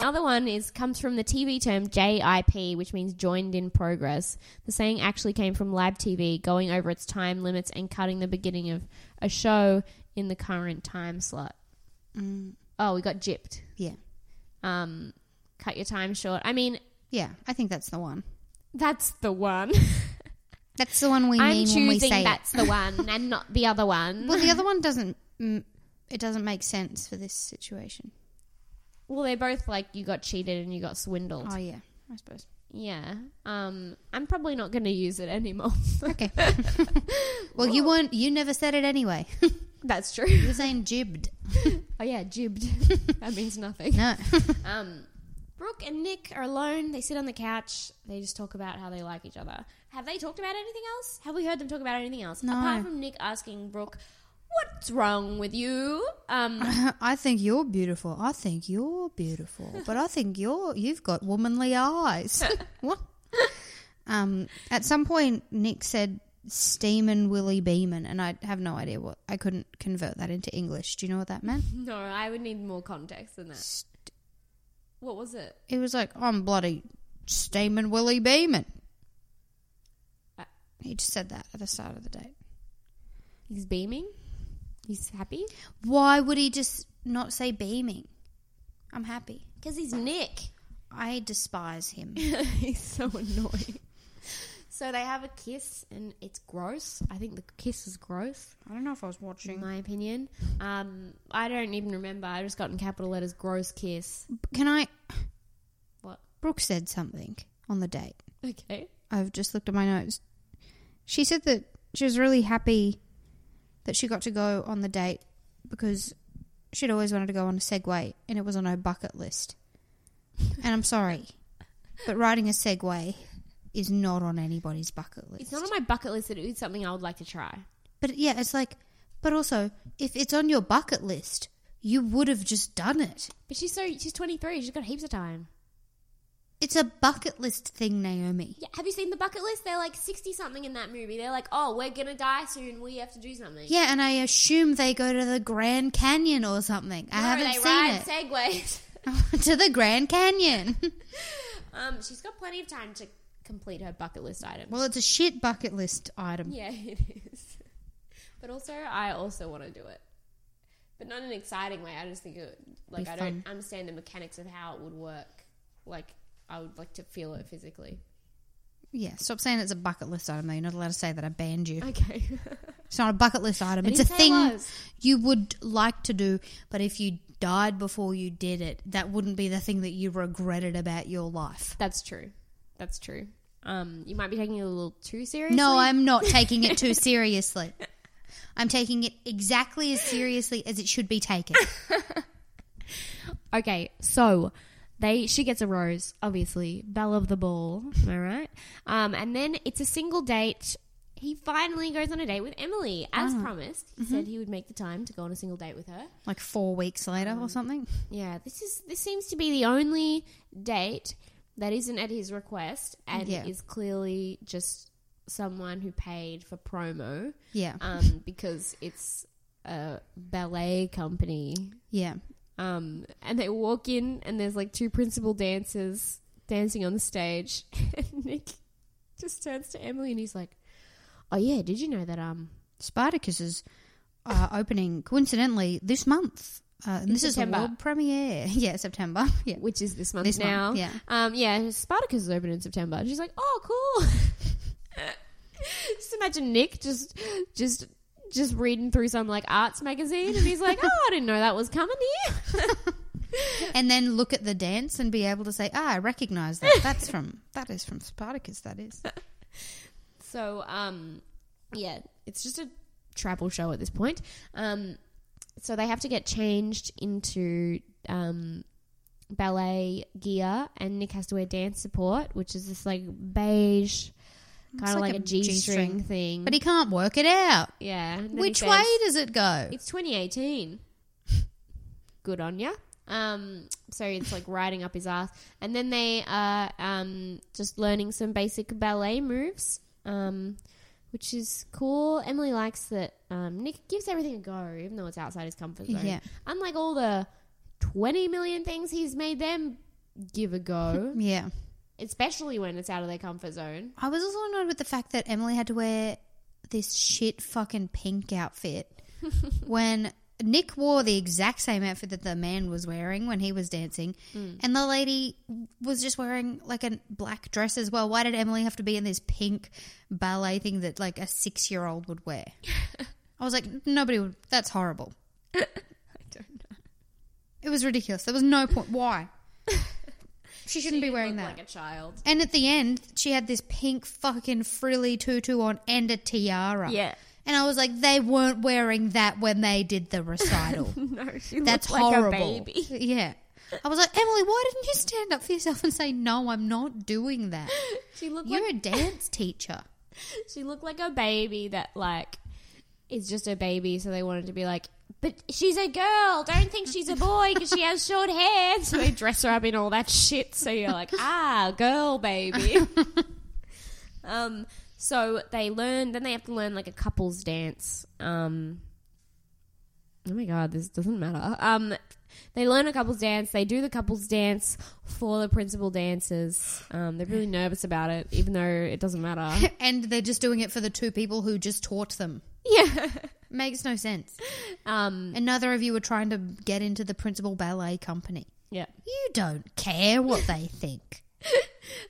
D: Another one is comes from the TV term JIP, which means joined in progress. The saying actually came from live TV, going over its time limits and cutting the beginning of a show in the current time slot. Oh, we got gypped.
A: yeah,
D: Um, cut your time short. I mean,
A: yeah. I think that's the one.
D: that's the one.
A: That's the one we
D: I'm
A: mean when we
D: choosing
A: say it.
D: that's the one and not the other one.
A: Well, the other one doesn't. Mm, it doesn't make sense for this situation.
D: Well, they're both like you got cheated and you got swindled.
A: Oh yeah, I suppose.
D: yeah. Um, I'm probably not going to use it anymore.
A: Okay. well, you weren't. You never said it anyway.
D: That's true.
A: You're saying jibbed.
D: Oh yeah, jibbed. that means nothing.
A: No.
D: Um, Brooke and Nick are alone. They sit on the couch. They just talk about how they like each other. Have they talked about anything else? Have we heard them talk about anything else?
A: No.
D: Apart from Nick asking Brooke, "What's wrong with you?" Um,
A: I think you're beautiful. I think you're beautiful. But I think you're you've got womanly eyes. what? Um. At some point, Nick said "steamin' Willie Beeman," and I have no idea what. I couldn't convert that into English. Do you know what that meant?
D: no, I would need more context than that. What was it?
A: It was like I'm bloody steamin' Willie Beeman.
D: Uh,
A: He just said that at the start of the date.
D: He's beaming. He's happy
A: Why would he just not say beaming? I'm happy.
D: because he's Nick.
A: I despise him.
D: he's so annoying. So they have a kiss, and it's gross. I think the kiss is gross,
A: I don't know if I was watching.
D: in my opinion. Um, I don't even remember. I just got in capital letters, gross kiss.
A: Can I?
D: What?
A: Brooke said something on the date.
D: Okay.
A: I've just looked at my notes. She said that she was really happy that she got to go on the date because she'd always wanted to go on a Segway and it was on her bucket list. And I'm sorry, but riding a Segway is not on anybody's bucket list.
D: It's not on my bucket list. It is something I would like to try.
A: But yeah, it's like, but also, if it's on your bucket list, you would have just done it.
D: But she's so she's twenty three. She's got heaps of time.
A: It's a bucket list thing, Naomi.
D: Yeah. Have you seen the bucket list? They're like sixty something in that movie. They're like, oh, we're gonna die soon. We have to do something.
A: Yeah, and I assume they go to the Grand Canyon or something. I
D: No,
A: haven't
D: they
A: seen it.
D: ride segways.
A: to the Grand Canyon.
D: Um, she's got plenty of time to complete her bucket list items.
A: well, it's a shit bucket list item.
D: yeah, it is. But also, I also want to do it, but not in an exciting way. I just think it like
A: Be
D: I don't understand the mechanics of how it would work. Like I would like to feel it physically.
A: Yeah, stop saying it's a bucket list item, though. You're not allowed to say that. I banned you.
D: Okay.
A: It's not a bucket list item.
D: I
A: It's a
D: didn't say it
A: thing
D: was.
A: you would like to do, but if you died before you did it, that wouldn't be the thing that you regretted about your life.
D: That's true. That's true. Um, you might be taking it a little too seriously.
A: No, I'm not taking it too seriously. I'm taking it exactly as seriously as it should be taken.
D: Okay, so they she gets a rose, obviously, belle of the ball. Am I right? Um, and then it's a single date. He finally goes on a date with Emily, as promised. He said he would make the time to go on a single date with her.
A: Like four weeks later or
D: Um,
A: something.
D: Yeah, this is this seems to be the only date that isn't at his request and
A: Yeah.
D: is clearly just someone who paid for promo.
A: Yeah.
D: Um, because it's a ballet company
A: Yeah.
D: um, and they walk in, and there's like two principal dancers dancing on the stage. And Nick just turns to Emily and he's like, "Oh yeah, did you know that?" Um,
A: Spartacus is uh, opening coincidentally this month. Uh, and this
D: September.
A: is a world premiere. Yeah, September. Yeah.
D: which is this month
A: This month,
D: now.
A: yeah.
D: Um, yeah. Spartacus is open in September. And she's like, "Oh, cool." just imagine Nick just, just, just reading through some like arts magazine, and he's like, "Oh, I didn't know that was coming here."
A: And then look at the dance and be able to say, "Ah, I recognize that. That's from that is from Spartacus. That
D: Mm.
A: is."
D: So, um, yeah, it's just a travel show at this point. Um, so they have to get changed into um, ballet gear, and Nick has to wear dance support, which is this like beige, kind of
A: like
D: like,
A: a
D: a G
A: G-string.
D: string thing.
A: But he can't work it out.
D: yeah, and then he
A: Which
D: says,
A: way does it go?
D: It's 2018. Good on ya. Um, so it's like riding up his ass, and then they are um, just learning some basic ballet moves, um, which is cool. Emily likes that um, Nick gives everything a go, even though it's outside his comfort zone.
A: Yeah.
D: Unlike all the twenty million things he's made them give a go,
A: Yeah.
D: especially when it's out of their comfort zone.
A: I was also annoyed with the fact that Emily had to wear this shit fucking pink outfit when Nick wore the exact same outfit that the man was wearing when he was dancing,
D: Mm.
A: and the lady was just wearing like a black dress as well. Why did Emily have to be in this pink ballet thing that like a six year old would wear? I was like, nobody would. That's horrible. I don't know. It was ridiculous. There was no point. Why? She shouldn't be wearing that.
D: like a child.
A: And at the end, she had this pink fucking frilly tutu on and a tiara.
D: Yeah.
A: And I was like, they weren't wearing that when they did the recital.
D: No, she
A: That's horrible. Yeah. I was like, Emily, why didn't you stand up for yourself and say, no, I'm not doing that?
D: She looked like
A: You're a dance teacher.
D: She looked like a baby that like is just a baby, so they wanted to be like, but she's a girl. Don't think she's a boy because she has short hair. So they dress her up in all that shit. So you're like, ah, girl, baby. um, so they learn. Then they have to learn like a couples dance. Um, oh my god, this doesn't matter. Um, they learn a couples dance. They do the couples dance for the principal dancers. Um, they're really nervous about it, even though it doesn't matter.
A: And they're just doing it for the two people who just taught them.
D: Yeah.
A: Makes no sense.
D: Um.
A: And neither of you were trying to get into the principal ballet company.
D: Yeah.
A: You don't care what they think.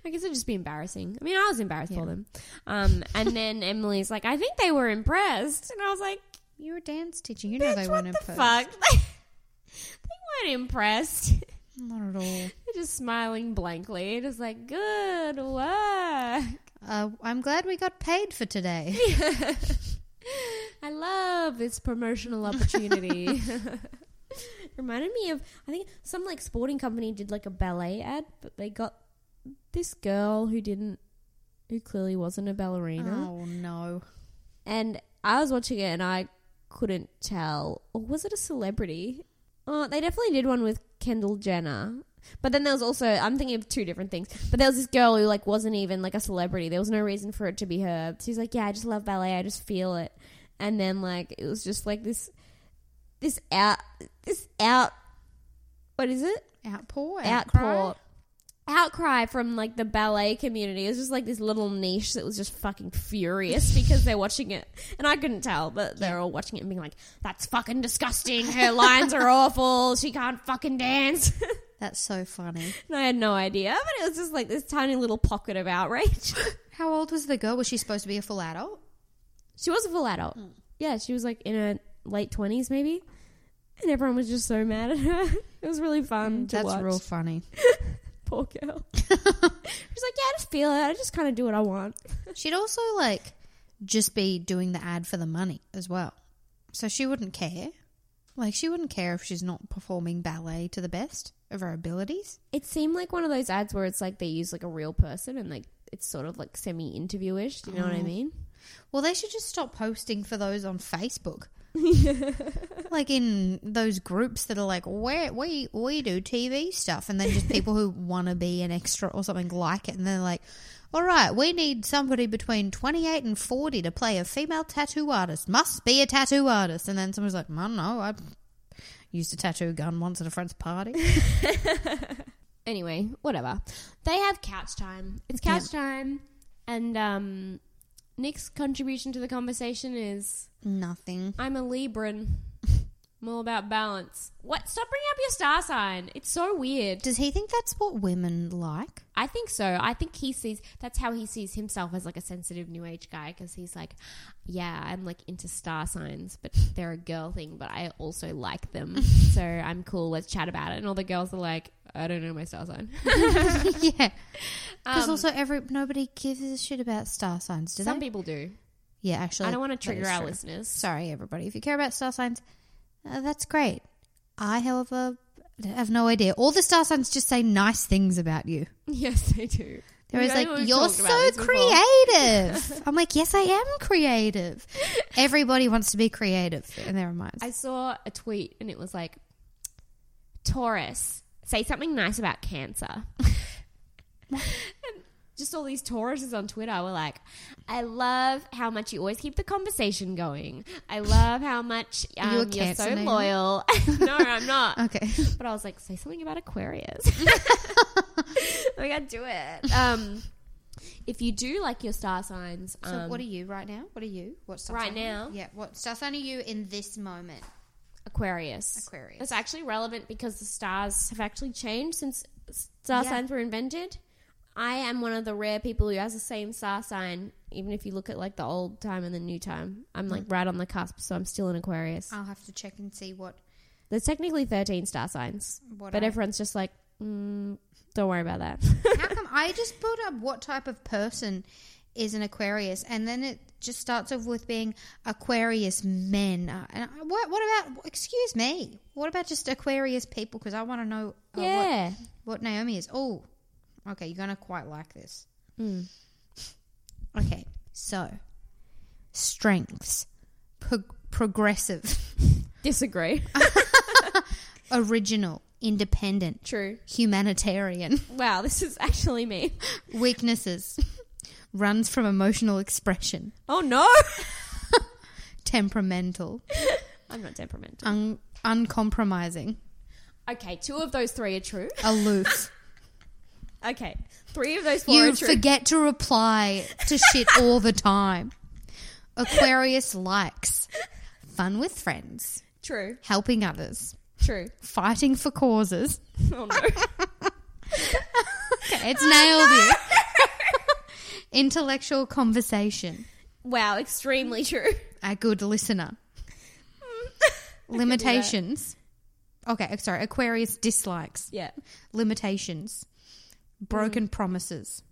D: I guess it'd just be embarrassing. I mean, I was embarrassed for them. Um. And then Emily's like, I think they were impressed, and I was like,
A: You're a dance teacher. You know
D: Bitch,
A: they
D: what
A: weren't
D: the
A: impressed.
D: fuck? they weren't impressed. They're
A: Not at all.
D: just smiling blankly, just like, good work.
A: Uh, I'm glad we got paid for today.
D: I love this promotional opportunity. Reminded me of I think some like sporting company did like a ballet ad, but they got this girl who didn't who clearly wasn't a ballerina.
A: Oh no!
D: And I was watching it and I couldn't tell. Or was it a celebrity? Oh, they definitely did one with Kendall Jenner. But then there was also I'm thinking of two different things. But there was this girl who like wasn't even like a celebrity. There was no reason for it to be her. She's like, Yeah, I just love ballet, I just feel it. And then like it was just like this this out this out what is it?
A: Outpour,
D: outpour outcry from like the ballet community. It was just like this little niche that was just fucking furious because they're watching it, and I couldn't tell, but they're all watching it and being like, "That's fucking disgusting. Her lines are awful. She can't fucking dance."
A: That's so funny.
D: and I had no idea, but it was just like this tiny little pocket of outrage.
A: How old was the girl? Was she supposed to be a full adult? Hmm.
D: she was a full adult. yeah, she was like in her late twenties maybe, and everyone was just so mad at her. it was really fun to
A: Mm, That's
D: watch.
A: real funny.
D: Poor girl. She's like, yeah, I just feel it. I just kind of do what I want.
A: She'd also like just be doing the ad for the money as well. So she wouldn't care. Like she wouldn't care if she's not performing ballet to the best of her abilities.
D: It seemed like one of those ads where it's like they use like a real person and like it's sort of like semi interviewish. Do you know what I mean?
A: Well, they should just stop posting for those on Facebook. like in those groups that are like, we we we do TV stuff, and then just people who want to be an extra or something like it, and they're like, all right, we need somebody between twenty eight and forty to play a female tattoo artist. Must be a tattoo artist, and then someone's like, I don't know, I used a tattoo gun once at a friend's party.
D: Anyway, whatever. They have couch time. It's couch time, and um, Nick's contribution to the conversation is
A: Nothing.
D: I'm a Libran. I'm all about balance. What? Stop bringing up your star sign. It's so weird.
A: Does he think that's what women like?
D: I think so. I think he sees that's how he sees himself as like a sensitive new age guy because he's like, yeah, I'm like into star signs, but they're a girl thing, but I also like them. so I'm cool. Let's chat about it. And all the girls are like, I don't know my star sign.
A: yeah, because also every nobody gives a shit about star signs. Do
D: Um, Some
A: they?
D: people do.
A: Yeah, actually,
D: I don't want to
A: that
D: trigger
A: is
D: our
A: true.
D: listeners.
A: Sorry, everybody. If you care about star signs, uh, that's great. I, however, have no idea. All the star signs just say nice things about you.
D: Yes, they do.
A: They're always
D: We don't know
A: like,
D: we've
A: "You're
D: talked about
A: so
D: this before."
A: creative." I'm like, "Yes, I am creative." Everybody wants to be creative in their own minds.
D: I saw a tweet and it was like, Taurus, say something nice about cancer. And Just all these Tauruses on Twitter were like, I love how much you always keep the conversation going. I love how much
A: Are you a
D: um, you are
A: Cancer
D: so
A: now?"
D: loyal. no, I'm not.
A: okay,
D: But I was like, say something about Aquarius. we gotta do it. Um, if you do like your star signs,
A: so
D: um,
A: what are you right now? What are you? What star
D: Right
A: sign are you?
D: now?
A: Yeah, what star sign are you in this moment?
D: Aquarius.
A: Aquarius.
D: It's actually relevant because the stars have actually changed since star
A: Yeah.
D: signs were invented. I am one of the rare people who has the same star sign, even if you look at like the old time and the new time. I'm like right on the cusp, so I'm still in Aquarius.
A: I'll have to check and see what.
D: There's technically 13 star signs,
A: What
D: but
A: I-
D: everyone's just like, mm, don't worry about that.
A: How come I just built up what type of person is an Aquarius, and then it just starts off with being Aquarius men. Uh, and I- what, what about? Excuse me. What about just Aquarius people? Because I want to know uh,
D: yeah.
A: what, what Naomi is. Oh, okay. You're gonna quite like this.
D: Hmm.
A: Okay, so strengths, pro- progressive,
D: Disagree.
A: Ah. original, independent,
D: True.
A: humanitarian.
D: Wow, this is actually me.
A: Weaknesses. Runs from emotional expression.
D: Oh no!
A: Temperamental.
D: I'm not temperamental.
A: Un- uncompromising.
D: Okay, two of those three are true.
A: Aloof.
D: Okay, three of those four
A: you
D: are true.
A: forget to reply to shit all the time. Aquarius likes fun with friends,
D: True,
A: helping others,
D: true.
A: fighting for causes.
D: Oh no.
A: Okay, it's nailed you. Intellectual conversation.
D: wow, extremely true.
A: A good listener. Limitations. Okay, sorry. Aquarius dislikes.
D: Yeah.
A: limitations, broken promises.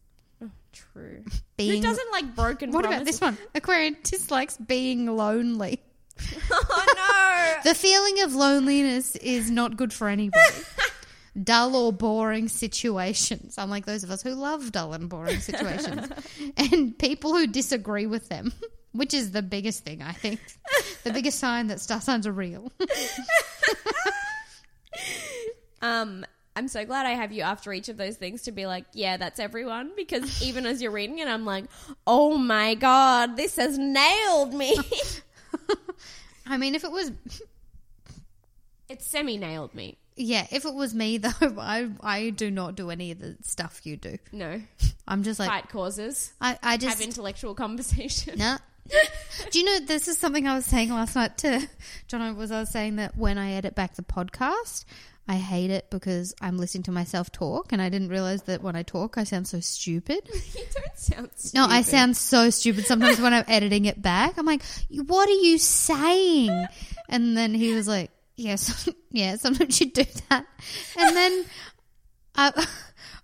D: True.
A: Being
D: Who Mm. doesn't like broken
A: what about
D: promises?
A: this one? Aquarian dislikes being lonely.
D: Oh no.
A: The feeling of loneliness is not good for anybody. dull or boring situations, unlike those of us who love dull and boring situations, and people who disagree with them, which is the biggest thing I think, the biggest sign that star signs are real.
D: um I'm so glad I have you after each of those things to be like, yeah, that's everyone. Because even as you're reading it, I'm like, oh my God, this has nailed me.
A: I mean, if it was
D: it semi nailed me.
A: yeah, if it was me though, I I do not do any of the stuff you do.
D: No.
A: I'm just like
D: Fight causes,
A: I, I just
D: have intellectual conversation.
A: No. Do you know this is something I was saying last night to John? Was I was saying that when I edit back the podcast, I hate it because I'm listening to myself talk and I didn't realize that when I talk, I sound so stupid.
D: you don't sound stupid.
A: No, I sound so stupid sometimes when I'm editing it back. I'm like, what are you saying? And then he was like, yes, yeah, sometimes you do that. And then I,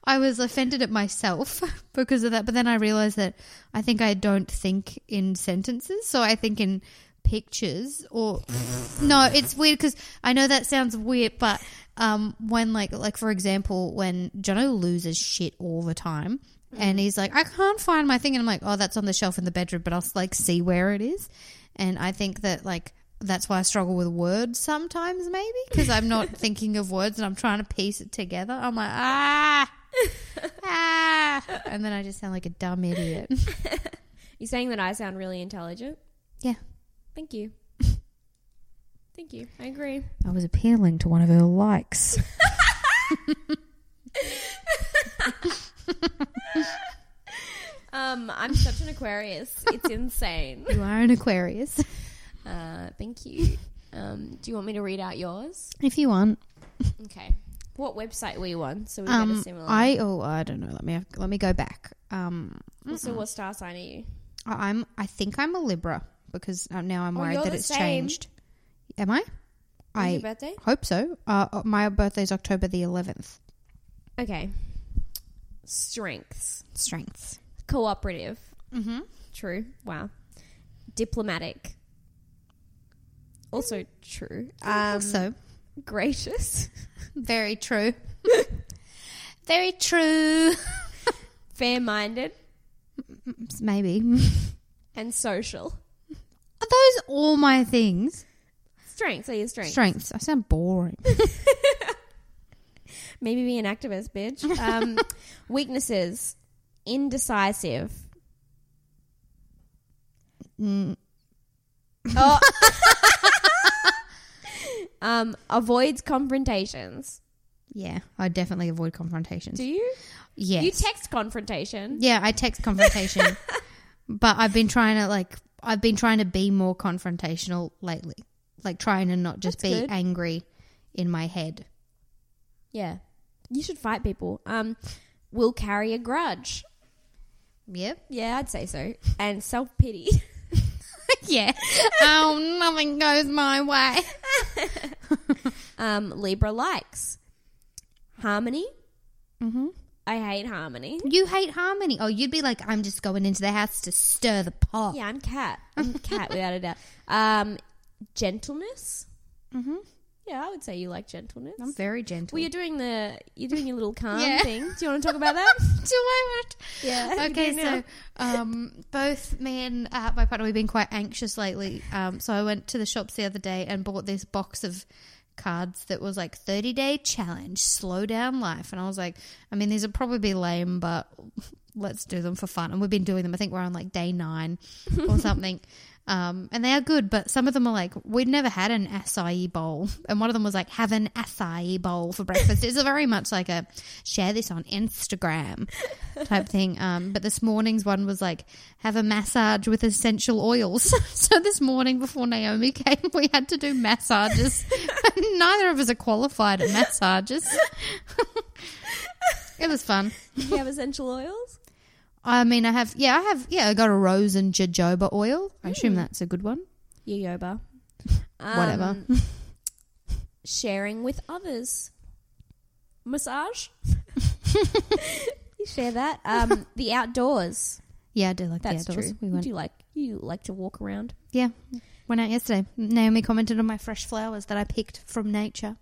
A: I was offended at myself because of that. But then I realized that I think I don't think in sentences. So I think in pictures or no it's weird because i know that sounds weird but um when like like for example when jono loses shit all the time and he's like i can't find my thing and i'm like oh that's on the shelf in the bedroom but i'll like see where it is and i think that like that's why i struggle with words sometimes maybe because i'm not thinking of words and i'm trying to piece it together i'm like ah ah and then i just sound like a dumb idiot
D: You're saying that I sound really intelligent?
A: yeah
D: Thank you. Thank you. I agree.
A: i was appealing to one of her likes
D: Um, I'm such an Aquarius. It's insane.
A: you are an aquarius
D: Uh, thank you. Um, do you want me to read out yours?
A: if you want
D: Okay. What website were you on? So we get a
A: um
D: similar.
A: i oh i don't know let me have, let me go back um
D: so what star sign are you?
A: I- I'm. I think I'm a Libra because uh, now I'm
D: Oh,
A: worried
D: you're
A: that
D: the
A: it's
D: same.
A: changed. Am I? I
D: your birthday?
A: hope so. Uh, uh, my birthday's October the 11th.
D: Okay. Strengths.
A: Strengths.
D: Cooperative. Mm-hmm. True. Wow. Diplomatic. Also true. Um,
A: so
D: gracious.
A: very true. very true.
D: Fair minded.
A: Maybe are
D: And social.
A: those all my things?
D: Strengths are your strengths.
A: Strengths. I sound boring.
D: Maybe be an activist, bitch. Um, weaknesses. Indecisive. Oh. um, avoids confrontations.
A: yeah, I definitely avoid confrontations.
D: Do you?
A: yes.
D: You text confrontation.
A: Yeah, I text confrontation. but I've been trying to like I've been trying to be more confrontational lately. Like trying to not just
D: That's
A: be
D: good.
A: angry in my head.
D: Yeah. You should fight people. Um, will carry a grudge.
A: Yep.
D: Yeah, I'd say so. And self pity.
A: yeah. oh, nothing goes my way.
D: Um, Libra likes harmony. Mm-hmm. I hate harmony.
A: You hate harmony. Oh, you'd be like, I'm just going into the house to stir the pot.
D: Yeah, I'm cat. I'm cat without a doubt. Um, gentleness. Mm-hmm. Yeah, I would say you like gentleness.
A: I'm very gentle.
D: well, you're doing the you're doing your little calm
A: Yeah.
D: thing. Do you want to talk about that?
A: Do I want?
D: Yeah,
A: Okay,
D: you do
A: so um, both me and uh, my partner we've been quite anxious lately. Um, so I went to the shops the other day and bought this box of cards that was like 30 day challenge, slow down life, and I was like, I mean, these would probably be lame, but let's do them for fun. And we've been doing them. I think we're on like day nine or something. Um, and they are good, but some of them are like, we'd never had an acai bowl. And one of them was like, have an acai bowl for breakfast. It's a very much like a share this on Instagram type thing. Um, but this morning's one was like, have a massage with essential oils. so this morning before Naomi came, we had to do massages. Neither of us are qualified at massages. it was fun.
D: Do you have essential oils?
A: I mean, I have, yeah, I have, yeah, I got a rose and jojoba oil. I assume that's a good one.
D: Yoyoba. Mm. Um,
A: Whatever.
D: sharing with others. Massage. you share that. Um, the outdoors.
A: Yeah, I do like
D: That's
A: the outdoors.
D: true.
A: We went,
D: Do you like you like to walk around?
A: yeah, went out yesterday. Naomi commented on my fresh flowers that I picked from nature.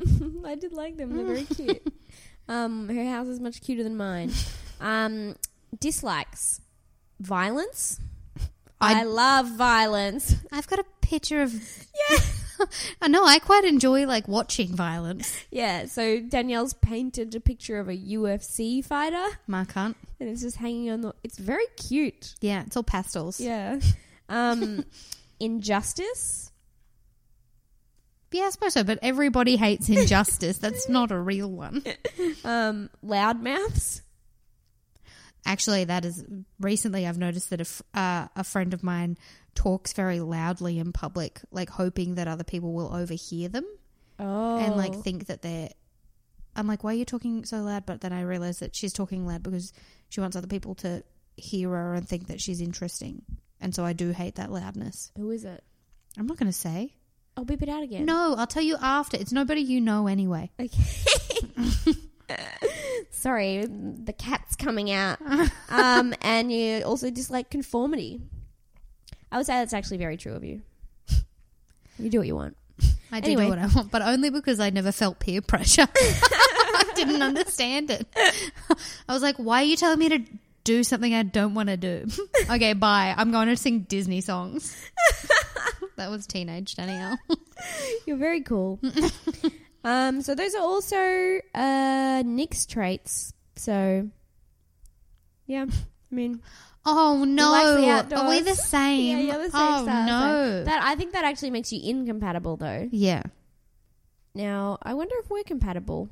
D: I did like them. They're very cute. Um, her house is much cuter than mine. Um, dislikes violence. I,
A: I-
D: love violence.
A: I've got a picture of. Yeah. I know. I quite enjoy like watching violence.
D: Yeah. So Danielle's painted a picture of a UFC fighter,
A: Mark Hunt.
D: and it's just hanging on the. It's very cute.
A: Yeah, it's all pastels. Yeah,
D: Yeah. Um, injustice.
A: I suppose so. But everybody hates injustice. That's not a real one.
D: Um, loudmouths.
A: Actually, that is recently I've noticed that a, f- uh, a friend of mine talks very loudly in public, like hoping that other people will overhear them.
D: Oh.
A: and like think that they're. I'm like, why are you talking so loud? But then I realize that she's talking loud because she wants other people to hear her and think that she's interesting. And so I do hate that loudness.
D: Who is it?
A: I'm not going to say.
D: I'll beep it out again.
A: No, I'll tell you after. It's nobody you know anyway.
D: Okay. Sorry, the cat's coming out. Um, and you also dislike conformity. I would say that's actually very true of you. You do what you want.
A: I do
D: Anyway.
A: do what I want, but only because I never felt peer pressure. I didn't understand it. I was like, why are you telling me to do something I don't want to do? okay, bye. I'm going to sing Disney songs. that was teenage Danielle.
D: You're very cool. um, so those are also uh, Nick's traits. So, yeah, I mean,
A: Oh no, are
D: the
A: we
D: outdoors.
A: the same?
D: yeah, you're the same
A: oh
D: style, so
A: no,
D: that I think that actually makes you incompatible, though.
A: yeah.
D: Now, I wonder if we're compatible.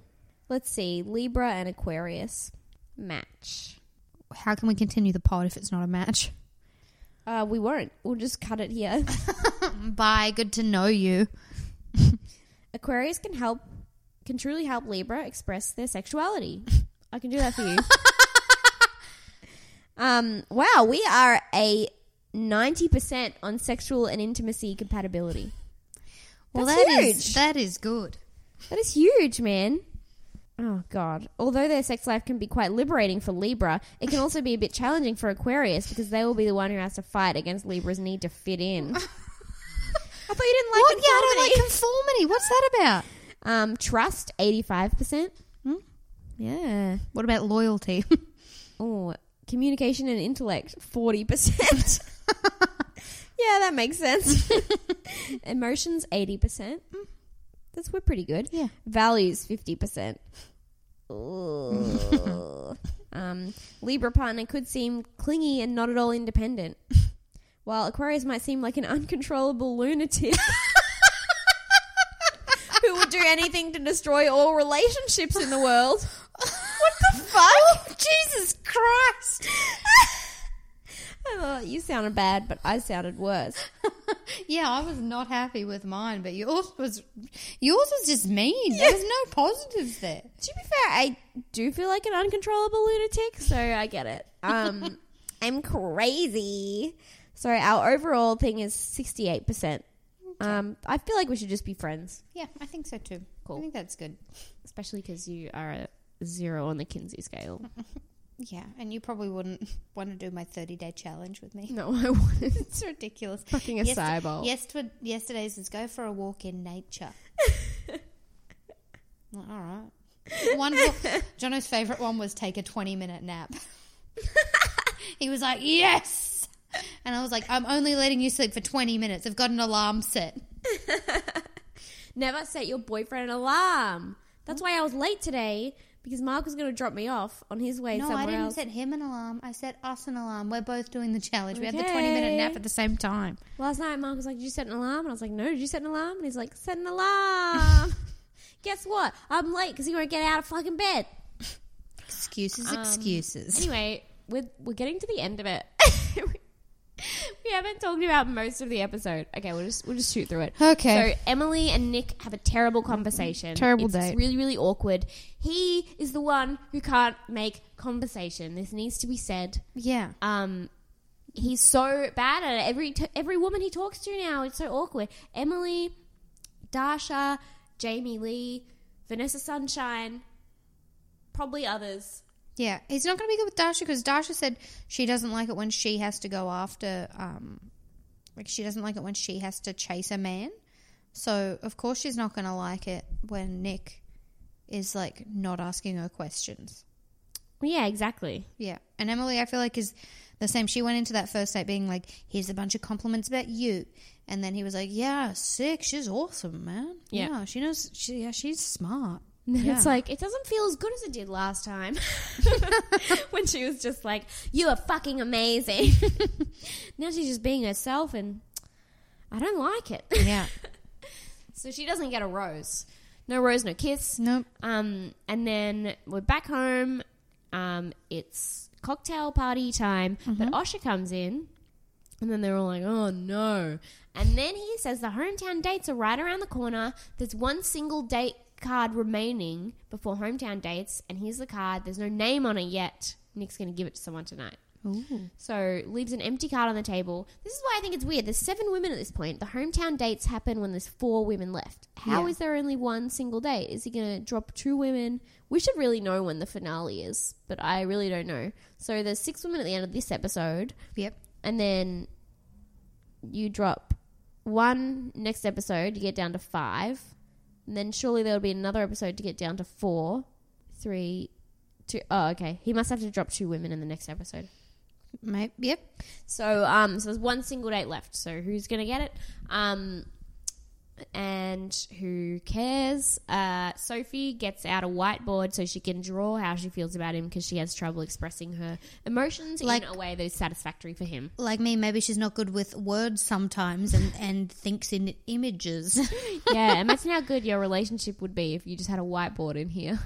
D: Let's see, Libra and Aquarius match.
A: How can we continue the pod if it's not a match?
D: Uh, we won't. We'll just cut it here.
A: Bye. Good to know you.
D: Aquarius can help, can truly help Libra express their sexuality. I can do that for you. um, wow, we are a 90% on sexual and intimacy compatibility.
A: Well,
D: That's
A: that is
D: huge.
A: that is good.
D: That is huge, man. Oh, God. Although their sex life can be quite liberating for Libra, it can also be a bit challenging for Aquarius because they will be the one who has to fight against Libra's need to fit in. I thought you didn't like
A: What? Yeah, I don't
D: conformity.
A: like conformity. What's that about?
D: Um, trust, 85%. Yeah.
A: What about loyalty?
D: Oh, communication and intellect, 40%. yeah, that makes sense. Emotions, 80%. That's we're pretty good.
A: Yeah.
D: Values, 50%. Ooh. um, Libra partner could seem clingy and not at all independent. While Aquarius might seem like an uncontrollable lunatic who would do anything to destroy all relationships in the world. What the fuck? Jesus Christ! I thought Oh, you sounded bad, but I sounded worse.
A: yeah, I was not happy with mine, but yours was yours was just mean. There was no positives there.
D: To be fair, I do feel like an uncontrollable lunatic, so I get it. Um, I'm crazy. So our overall thing is 68%. Um, I feel like we should just be friends,
A: Yeah, I think so too. I think that's good.
D: especially because you are a zero on the Kinsey scale.
A: Yeah, and you probably wouldn't want to do my thirty day challenge with me.
D: No, I wouldn't.
A: It's ridiculous.
D: Fucking
A: Yester-
D: acai
A: Yester- yesterday's is go for a walk in nature. Well, All right. One, Jono's favorite one was take a twenty minute nap. he was like, "Yes," and I was like, "I'm only letting you sleep for twenty minutes. I've got an alarm set."
D: Never set your boyfriend an alarm. That's why I was late today because Mark was going to drop me off on his way
A: No,
D: somewhere
A: I didn't
D: else.
A: set him an alarm. I set us an alarm. We're both doing the challenge. We had the twenty minute
D: Okay.
A: nap at the same time.
D: Last night, Mark was like, "Did you set an alarm?" And I was like, "No." Did you set an alarm? And he's like, "Set an alarm." Guess what? I'm late because he won't get out of fucking bed.
A: Excuses, excuses.
D: Um, Anyway, we're we're getting to the end of it. we haven't talked about most of the episode. Okay, we'll just we'll just shoot through it.
A: Okay.
D: So Emily and Nick have a terrible conversation.
A: Terrible
D: it's
A: date.
D: Really, really awkward. He is the one who can't make conversation. This needs to be said.
A: yeah.
D: Um, he's so bad at it. Every t- every woman he talks to now, it's so awkward. Emily, Dasha, Jamie Lee, Vanessa Sunshine, probably others.
A: Yeah, he's not going to be good with Dasha because Dasha said she doesn't like it when she has to go after, um, like she doesn't like it when she has to chase a man. So of course she's not going to like it when Nick is like not asking her questions.
D: Yeah, exactly.
A: Yeah, and Emily, I feel like is the same. She went into that first date being like, "Here's a bunch of compliments about you," and then he was like, "Yeah, sick. She's awesome, man.
D: Yeah.
A: she knows. She yeah, she's smart."
D: It's like it doesn't feel as good as it did last time when she was just like, "You are fucking amazing." now she's just being herself, and I don't like it.
A: Yeah,
D: so she doesn't get a rose. No rose, no kiss.
A: nope.
D: Um, and then we're back home. Um, it's cocktail party time, but Osha comes in And then they're all like, oh no. And then he says the hometown dates are right around the corner. There's one single date card remaining before hometown dates. And here's the card. There's no name on it yet. Nick's going to give it to someone tonight. So leaves an empty card on the table. This is why I think it's weird. There's seven women at this point. The hometown dates happen when there's four women left. How is there only one single date? Is he going to drop two women? We should really know when the finale is, but I really don't know. So there's six women at the end of this episode
A: Yep.
D: and then you drop one next episode, you get down to five, and then surely there will be another episode to get down to four, three, two oh okay. He must have to drop two women in the next episode.
A: Mate, yep.
D: So um, so there's one single date left. So who's gonna get it? Um, and who cares? Uh, Sophie gets out a whiteboard so she can draw how she feels about him because she has trouble expressing her emotions
A: Like-
D: in a way that is satisfactory for him.
A: Like me, maybe she's not good with words sometimes and, and thinks in images.
D: yeah, imagine how good your relationship would be if you just had a whiteboard in here.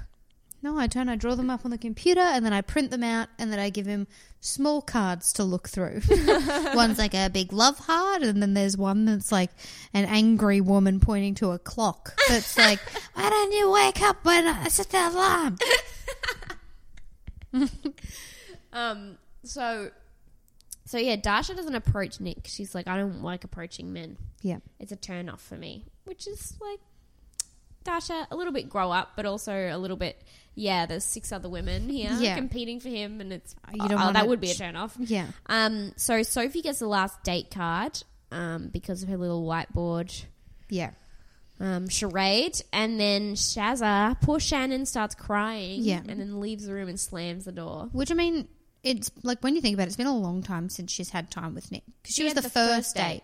C: No, I don't. I draw them up on the computer and then I print them out and then I give him small cards to look through.
A: One's like a big love heart, and then there's one that's like an angry woman pointing to a clock. That's like, why don't you wake up when I set the alarm?
D: Um, so, so yeah, Dasha doesn't approach Nick. She's like, I don't like approaching men.
C: yeah.
D: It's a turn off for me, which is like Dasha a little bit grow up, but also a little bit. Yeah, there's six other women here
C: Yeah.
D: competing for him, and it's
C: You don't
D: oh, that
C: wanna
D: would be a
C: ch-
D: turn off.
C: Yeah.
D: Um, so Sophie gets the last date card um, because of her little whiteboard.
C: Yeah.
D: um, charade, and then Shazza, poor Shannon, starts crying,
C: Yeah.
D: and then leaves the room and slams the door.
A: Which I mean, it's like when you think about it, it's been a long time since she's had time with Nick because she, was the,
D: had the
A: first
D: first
A: date, Mm.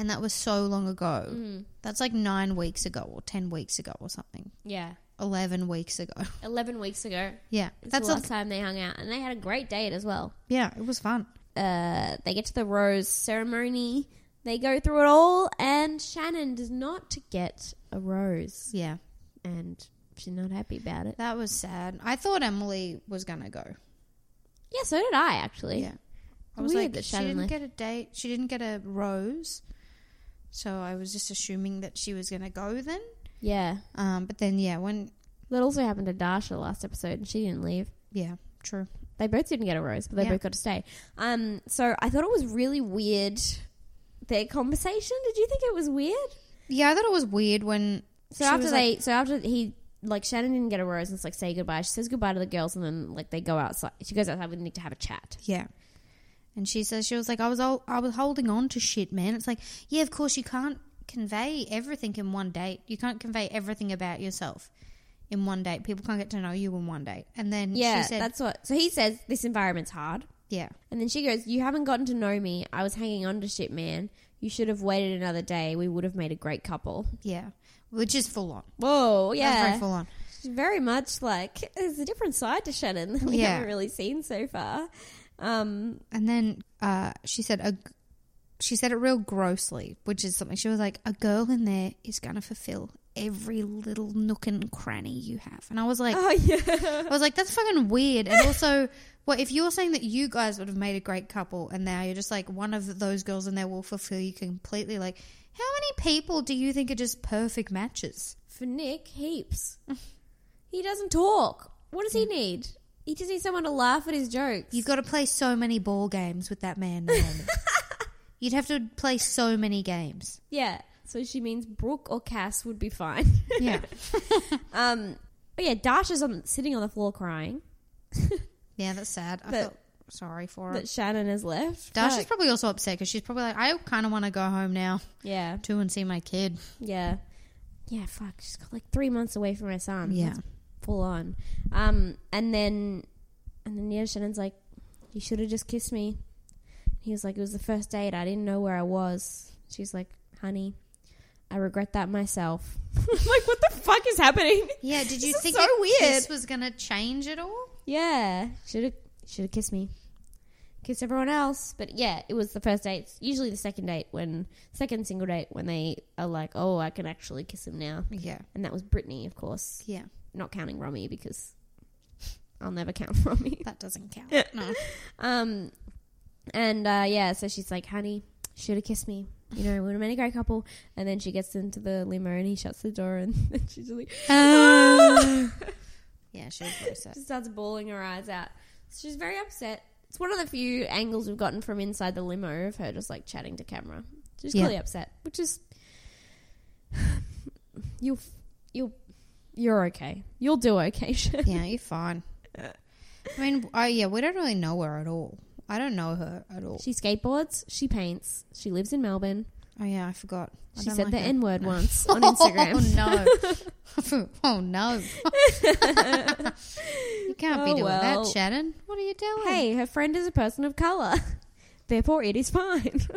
A: and that was so long ago. That's like nine weeks ago or ten weeks ago or something.
D: Yeah,
A: Eleven weeks ago.
D: eleven weeks ago.
A: yeah,
D: That's
A: that's
D: the
A: a,
D: last time they hung out, and they had a great date as well.
C: Yeah. It was fun.
D: Uh, they get to the rose ceremony. They go through it all, and Shannon does not get a rose,
A: yeah.
D: and she's not happy about it.
A: That was sad. I thought Emily was gonna go.
D: Yeah, so did I actually.
A: Yeah. I was
D: Weird
A: like,
D: that
A: she
D: Shannon
A: didn't
D: left.
A: get a date. She didn't get a rose. So I was just assuming that she was going to go then.
D: yeah.
A: Um, but then, yeah, when.
D: That also happened to Dasha last episode, and she didn't leave.
A: Yeah, true.
D: They both didn't get a rose, but they
A: Yeah.
D: both got to stay. Um, so I thought it was really weird their conversation. Did you think it was weird?
A: Yeah, I thought it was weird when.
D: So
A: she
D: after
A: was
D: they,
A: like-
D: so after he, like Shannon didn't get a rose, and it's like say goodbye. She says goodbye to the girls, and then like they go outside. She goes outside with Nick to have a chat.
A: Yeah. And she says, she was like, I was, all, I was holding on to shit, man. It's like, yeah, of course, you can't convey everything in one date. You can't convey everything about yourself in one date. People can't get to know you in one date. And then
D: Yeah,
A: she said,
D: that's what. So he says this environment's hard,
A: yeah.
D: and then she goes, "You haven't gotten to know me. I was hanging on to shit, man. You should have waited another day. We would have made a great couple."
A: Yeah. Which is full on.
D: Whoa,
A: Yeah. That's
D: yeah,
A: very full on.
D: very much like there's a different side to Shannon that we
A: Yeah.
D: haven't really seen so far. Um,
A: And then uh, she said a, she said it real grossly, which is something she was like, "A girl in there is gonna fulfill every little nook and cranny you have." And I was like,
D: oh yeah,
A: I was like, that's fucking weird. And also, what if you're saying that you guys would have made a great couple, and now you're just like one of those girls in there will fulfill you completely? Like, how many people do you think are just perfect matches?
D: for Nick heaps. he doesn't talk. What does he need? He just needs someone to laugh at his jokes.
A: You've Mm. got to play so many ball games with that man. Naomi. You'd have to play so many games.
D: yeah. So she means Brooke or Cass would be fine.
A: Yeah.
D: um, but yeah, Dasha's on sitting on the floor crying
A: Yeah, that's sad. I
D: But-
A: felt sorry for her.
D: that Shannon has left.
A: Dasha's
D: Fuck.
A: probably also upset because she's probably like, I kind of want to go home now
D: yeah,
A: too and see my kid.
D: yeah, yeah. Fuck, she's got like three months away from her son.
A: Yeah.
D: That's full on. Um, and then, and then yeah, Shannon's like, "You should have just kissed me." He was like, "It was the first date. I didn't know where I was." She's like, "Honey, I regret that myself." I'm like, what the fuck is happening?
A: Yeah, did you
D: This is
A: think
D: so
A: your
D: weird.
A: kiss was going to change at all?
D: Yeah, should have should have kissed me. Kissed everyone else, but yeah, it was the first date. It's usually the second date when second single date when they are like, "Oh, I can actually kiss him now,"
A: Yeah.
D: and that was Brittany, of course.
A: Yeah.
D: not counting Romy because I'll never count Romy.
A: That doesn't count.
D: Yeah.
A: No.
D: Um, And uh, yeah, so she's like, honey, should have kissed me. You know, we would have been a great couple. And then she gets into the limo and he shuts the door and, and she's like, "Ah."
A: Yeah, she was very sad.
D: She starts bawling her eyes out. So she's very upset. It's one of the few angles we've gotten from inside the limo of her just like chatting to camera. She's
A: Yeah.
D: clearly upset, which is you'll you'll you're okay. You'll do okay. Shan.
A: yeah, you're fine. I mean, oh yeah, we don't really know her at all. I don't know her at all.
D: she skateboards. She paints. She lives in Melbourne.
A: Oh yeah, I forgot. I
D: She
A: don't
D: said
A: like
D: the
A: her.
D: N word
A: No.
D: once on Instagram.
A: Oh no! oh no! you can't be
D: Oh,
A: doing
D: well.
A: that, Shannon. What are you doing?
D: hey, her friend is a person of color. Therefore, it is fine.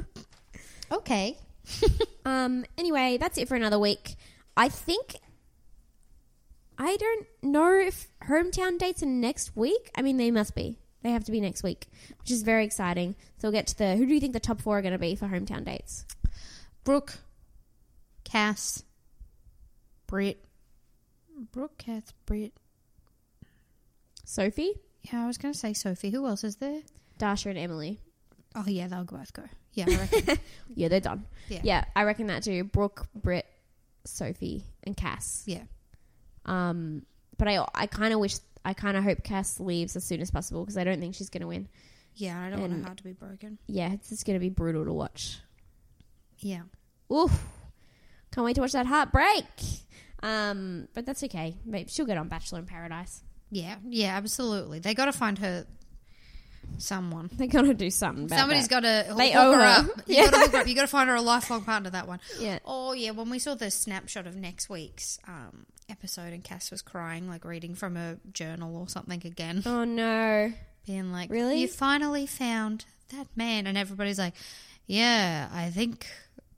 A: Okay.
D: Um. Anyway, that's it for another week. I think. I don't know if hometown dates are next week. I mean, they must be. They have to be next week, which is very exciting. So we'll get to the. Who do you think the top four are going to be for hometown dates?
A: Brooke, Cass, Brit. Brooke, Cass, Brit.
D: Sophie,
A: Yeah, I was going to say Sophie. Who else is there?
D: Dasha, and Emily.
A: Oh yeah, they'll both go. Yeah, I reckon.
D: Yeah, they're done.
A: Yeah.
D: I reckon that too. Brooke, Britt, Sophie, and Cass.
A: yeah.
D: Um, but I, I kind of wish, I kind of hope Cass leaves as soon as possible because I don't think she's going to win.
A: Yeah, I don't want
D: And-
A: her heart to be broken.
D: Yeah, it's just going to be brutal to watch.
A: Yeah.
D: Oof. Can't wait to watch that heartbreak. Um, but that's okay. Maybe she'll get on Bachelor in Paradise.
A: Yeah, yeah, absolutely. They got to find her someone.
D: They're gonna do something about
A: Somebody's got
D: that.
A: to hook
D: They
A: her,
D: owe her.
A: up. You
D: Yeah.
A: got to hook her up. You got to find her a lifelong partner. That one.
D: Yeah.
A: Oh yeah. When we saw the snapshot of next week's um, episode, and Cass was crying, like reading from a journal or something again,
D: Oh no.
A: being like,
D: Really?
A: you finally found that man," and everybody's like, "Yeah, I think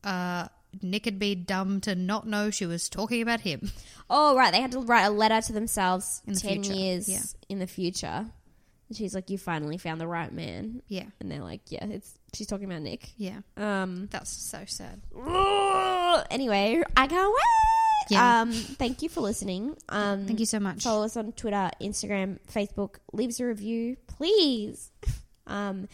A: uh, Nick would be dumb to not know she was talking about him."
D: Oh right, they had to write a letter to themselves
A: In the
D: ten
A: future,
D: years
A: yeah.
D: in the future. And she's like, You finally found the right man.
A: Yeah,
D: And they're like, Yeah, it's she's talking about Nick.
A: yeah.
D: Um
A: That's so sad.
D: anyway, I can't wait.
A: Yeah.
D: Um thank you for listening. Um
A: Thank you so much.
D: Follow us on Twitter, Instagram, Facebook. Leave us a review, please. Um,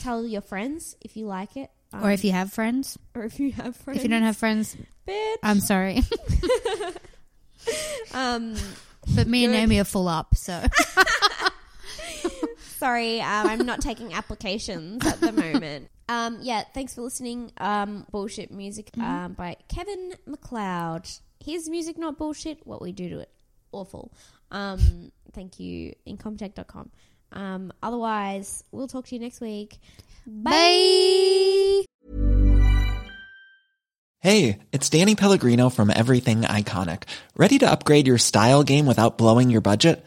D: tell your friends if you like it, um,
A: Or if you have friends,
D: or if you have friends.
A: if you don't have friends,
D: Bitch.
A: I'm sorry.
D: um,
A: But me and
D: Good.
A: Naomi are full up, so
D: sorry, um, I'm not taking applications at the moment. Um, yeah, thanks for listening. Um, bullshit music um, by Kevin McLeod. His music, not bullshit. What we do to it, awful. Um, thank you, incomtech.com. Um, otherwise, we'll talk to you next week. Bye.
E: Hey, it's Danny Pellegrino from Everything Iconic. Ready to upgrade your style game without blowing your budget?